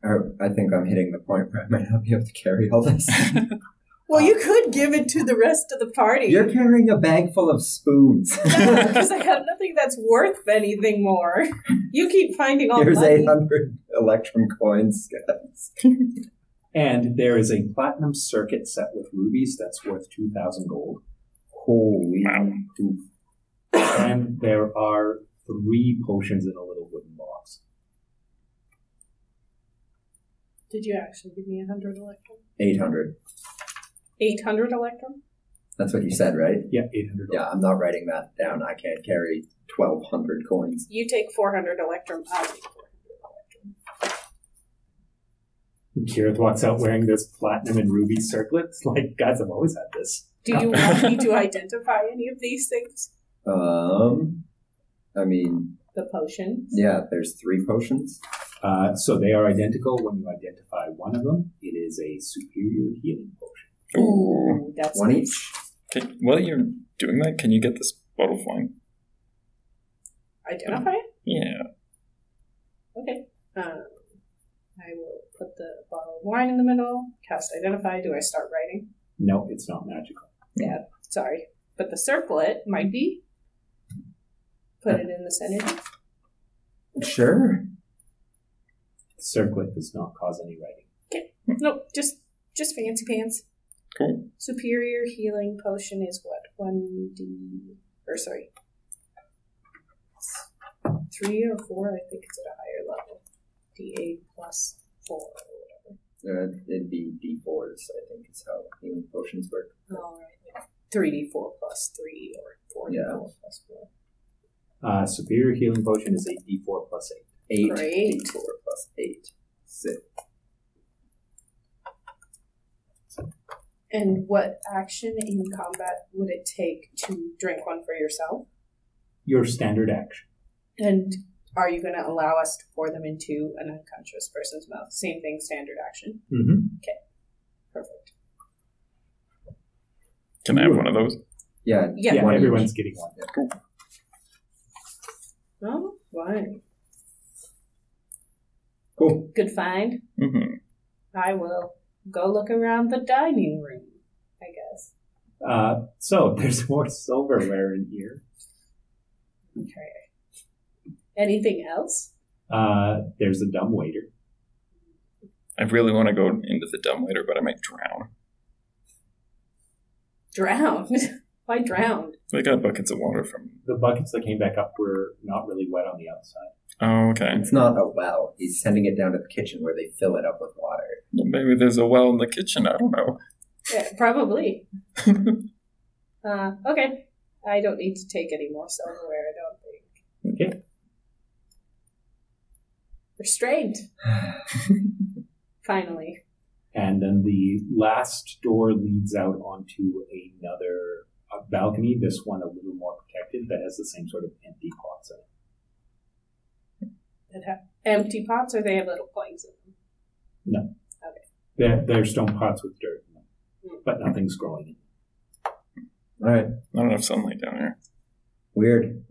[SPEAKER 4] Or I think I'm hitting the point where I might not be able to carry all this.
[SPEAKER 2] Well, you could give it to the rest of the party.
[SPEAKER 4] Uh, You're carrying a bag full of spoons.
[SPEAKER 2] because I have nothing that's worth anything more. You keep finding all
[SPEAKER 4] Here's
[SPEAKER 2] the money.
[SPEAKER 4] 800 Electrum coins, guys.
[SPEAKER 1] And there is a platinum circuit set with rubies that's worth 2,000 gold.
[SPEAKER 4] Holy.
[SPEAKER 3] Wow.
[SPEAKER 1] Oof. And there are three potions in a little wooden box.
[SPEAKER 2] Did you actually give me a hundred electrum?
[SPEAKER 4] 800.
[SPEAKER 2] Eight hundred electrum?
[SPEAKER 4] That's what you said, right?
[SPEAKER 1] Yeah, 800
[SPEAKER 4] Yeah, I'm not writing that down. I can't carry 1,200 coins.
[SPEAKER 2] You take four hundred electrum. I'll take four hundred electrum.
[SPEAKER 1] Kirith walks out wearing this platinum and ruby circlet. It's like, guys, I've always had this.
[SPEAKER 2] Do you want me to identify any of these things?
[SPEAKER 4] Um, I mean,
[SPEAKER 2] The potions.
[SPEAKER 4] yeah, there's three potions.
[SPEAKER 1] Uh, so they are identical. When you identify one of them, it is a superior healing potion.
[SPEAKER 3] Ooh.
[SPEAKER 2] Ooh, that's
[SPEAKER 4] One
[SPEAKER 2] nice.
[SPEAKER 4] each.
[SPEAKER 3] Can, while you're doing that, can you get this bottle flying?
[SPEAKER 2] Identify it?
[SPEAKER 3] Yeah.
[SPEAKER 2] Okay. Um, I will put the bottle of wine in the middle. Cast identify. Do I start writing?
[SPEAKER 1] No, it's not magical.
[SPEAKER 2] Sorry. But the circlet might be. Put it in the center.
[SPEAKER 4] Sure.
[SPEAKER 1] Circlet does not cause any writing.
[SPEAKER 2] Nope, just just fancy pants.
[SPEAKER 3] Cool.
[SPEAKER 2] Superior healing potion is what? 1D. Or sorry. Three or four? I think it's at a higher level. D8 plus four.
[SPEAKER 4] Uh, it'd be D4s, I think, is how healing potions work.
[SPEAKER 2] Alright. 3D4 plus three or 4D4
[SPEAKER 4] Yeah.
[SPEAKER 2] plus four.
[SPEAKER 1] Uh, superior healing potion is a d4 plus 8.
[SPEAKER 4] Eight.
[SPEAKER 2] Great.
[SPEAKER 4] D4 plus eight. Six.
[SPEAKER 2] And what action in combat would it take to drink one for yourself?
[SPEAKER 1] Your standard action.
[SPEAKER 2] And are you going to allow us to pour them into an unconscious person's mouth? Same thing, standard action.
[SPEAKER 1] Mm-hmm.
[SPEAKER 2] Perfect.
[SPEAKER 3] Can I have one of those?
[SPEAKER 4] Yeah.
[SPEAKER 2] Yeah.
[SPEAKER 1] Yeah,
[SPEAKER 4] one each.
[SPEAKER 1] everyone's getting one.
[SPEAKER 2] Oh, fine.
[SPEAKER 4] Cool.
[SPEAKER 2] Good find.
[SPEAKER 3] Mm-hmm.
[SPEAKER 2] I will go look around the dining room, I guess.
[SPEAKER 1] Uh, so there's more silverware in here.
[SPEAKER 2] Okay. Anything else?
[SPEAKER 1] Uh, there's a dumb waiter.
[SPEAKER 3] I really want to go into the dumb waiter, but I might drown.
[SPEAKER 2] Drowned. Why drowned?
[SPEAKER 3] They got buckets of water from.
[SPEAKER 1] The buckets that came back up were not really wet on the outside.
[SPEAKER 3] Oh, okay.
[SPEAKER 4] It's not a well. He's sending it down to the kitchen where they fill it up with water.
[SPEAKER 3] Well, maybe there's a well in the kitchen. I don't know.
[SPEAKER 2] Yeah, Eh, probably. uh, okay. I don't need to take any more silverware, I don't think.
[SPEAKER 1] Okay.
[SPEAKER 2] Restrained, finally.
[SPEAKER 1] And then the last door leads out onto another uh, balcony, this one a little more protected, that has the same sort of empty pots in it.
[SPEAKER 2] That have empty pots, or they have little planks in them.
[SPEAKER 1] They're, they're stone pots with dirt in them, but nothing's growing in them.
[SPEAKER 4] All right.
[SPEAKER 3] Not enough sunlight down here.
[SPEAKER 4] Weird.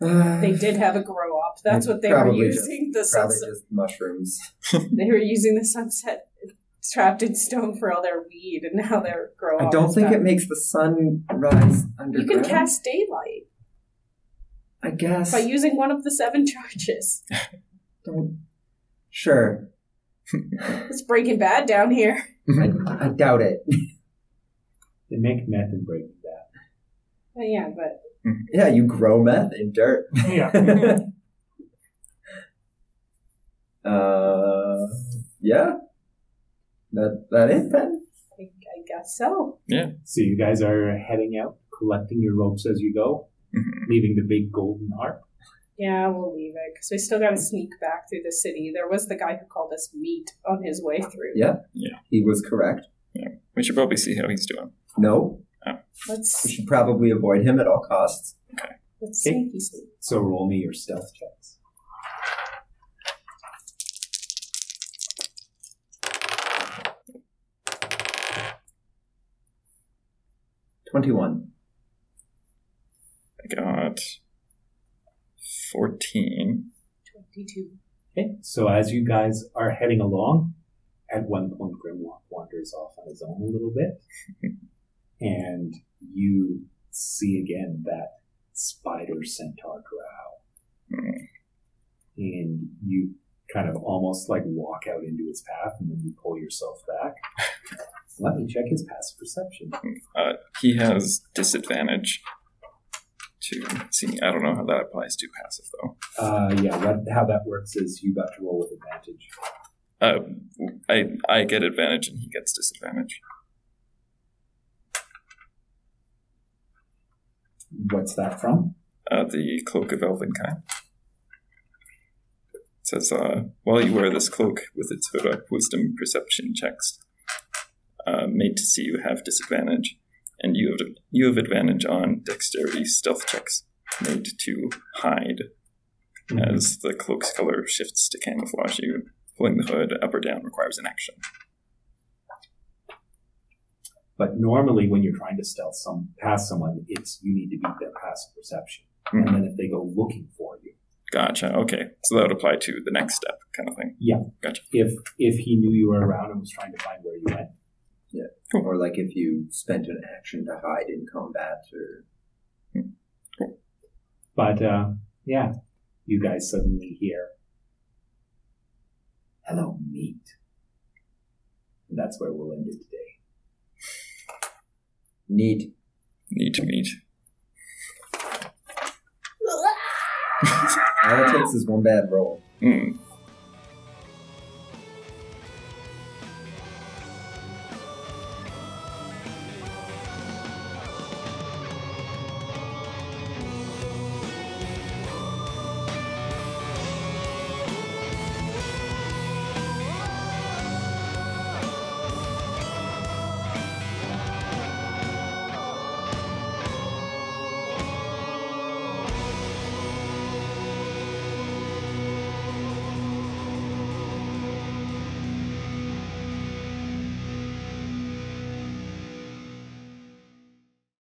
[SPEAKER 4] Uh,
[SPEAKER 2] They did have a grow up. That's what they were
[SPEAKER 4] Probably just-
[SPEAKER 2] using. the
[SPEAKER 4] Probably
[SPEAKER 2] sunset.
[SPEAKER 4] just mushrooms.
[SPEAKER 2] They were using the sunset trapped in stone for all their weed, and now they're grow up.
[SPEAKER 4] I don't
[SPEAKER 2] and
[SPEAKER 4] think
[SPEAKER 2] stuff.
[SPEAKER 4] it makes the sun rise
[SPEAKER 2] Oh, You
[SPEAKER 4] underground.
[SPEAKER 2] can cast daylight
[SPEAKER 4] I guess.
[SPEAKER 2] by using one of the seven charges.
[SPEAKER 4] don't. Sure.
[SPEAKER 2] It's Breaking Bad down here.
[SPEAKER 4] I, I doubt it.
[SPEAKER 1] They make meth and break that.
[SPEAKER 2] But yeah, but
[SPEAKER 4] Yeah, you grow meth in dirt.
[SPEAKER 1] Yeah.
[SPEAKER 4] uh, yeah. That that it then.
[SPEAKER 2] I, I guess so.
[SPEAKER 1] So you guys are heading out, collecting your ropes as you go,
[SPEAKER 3] Mhm.
[SPEAKER 1] leaving the big golden harp.
[SPEAKER 2] Yeah, we'll leave it because we still got to sneak back through the city. There was the guy who called us meat on his way through.
[SPEAKER 4] Yeah.
[SPEAKER 3] Yeah.
[SPEAKER 4] He was correct.
[SPEAKER 3] We should probably see how he's doing.
[SPEAKER 4] No, we
[SPEAKER 2] Let's
[SPEAKER 4] should probably avoid him at all costs.
[SPEAKER 2] let's
[SPEAKER 1] Okay.
[SPEAKER 2] sneaky sneak.
[SPEAKER 1] So roll me your stealth checks.
[SPEAKER 4] 21.
[SPEAKER 3] I got 14.
[SPEAKER 2] 22.
[SPEAKER 1] Okay, so as you guys are heading along, at one point Grimlock wanders off on his own a little bit, and you see again that spider centaur drow,
[SPEAKER 3] Hmm.
[SPEAKER 1] and you kind of almost like walk out into his path, and then you pull yourself back. Let me check his passive perception.
[SPEAKER 3] He has disadvantage to see. I don't know how that applies to passive, though.
[SPEAKER 1] Uh, yeah, what, how that works is you got to roll with advantage.
[SPEAKER 3] Uh, I, I get advantage and he gets disadvantage.
[SPEAKER 1] What's that from?
[SPEAKER 3] uh, the cloak of Elvenkind. It says, uh, while you wear this cloak with its hood up, wisdom perception checks uh, made to see you have disadvantage, and you have you have advantage on dexterity stealth checks made to hide as the cloak's color shifts to camouflage you. Pulling the hood up or down requires an action.
[SPEAKER 1] But normally, when you're trying to stealth some past someone, it's you need to beat their passive perception, and then if they go looking for you,
[SPEAKER 3] Gotcha. Okay, so that would apply to the next step, kind of thing.
[SPEAKER 1] if if he knew you were around and was trying to find where you went,
[SPEAKER 4] Or like if you spent an action to hide in combat or.
[SPEAKER 1] but uh, yeah, you guys suddenly hear, "Hello, meat," and that's where we'll end it today.
[SPEAKER 4] Neat.
[SPEAKER 3] Need to meet.
[SPEAKER 4] All it takes is one bad roll.
[SPEAKER 3] Mm.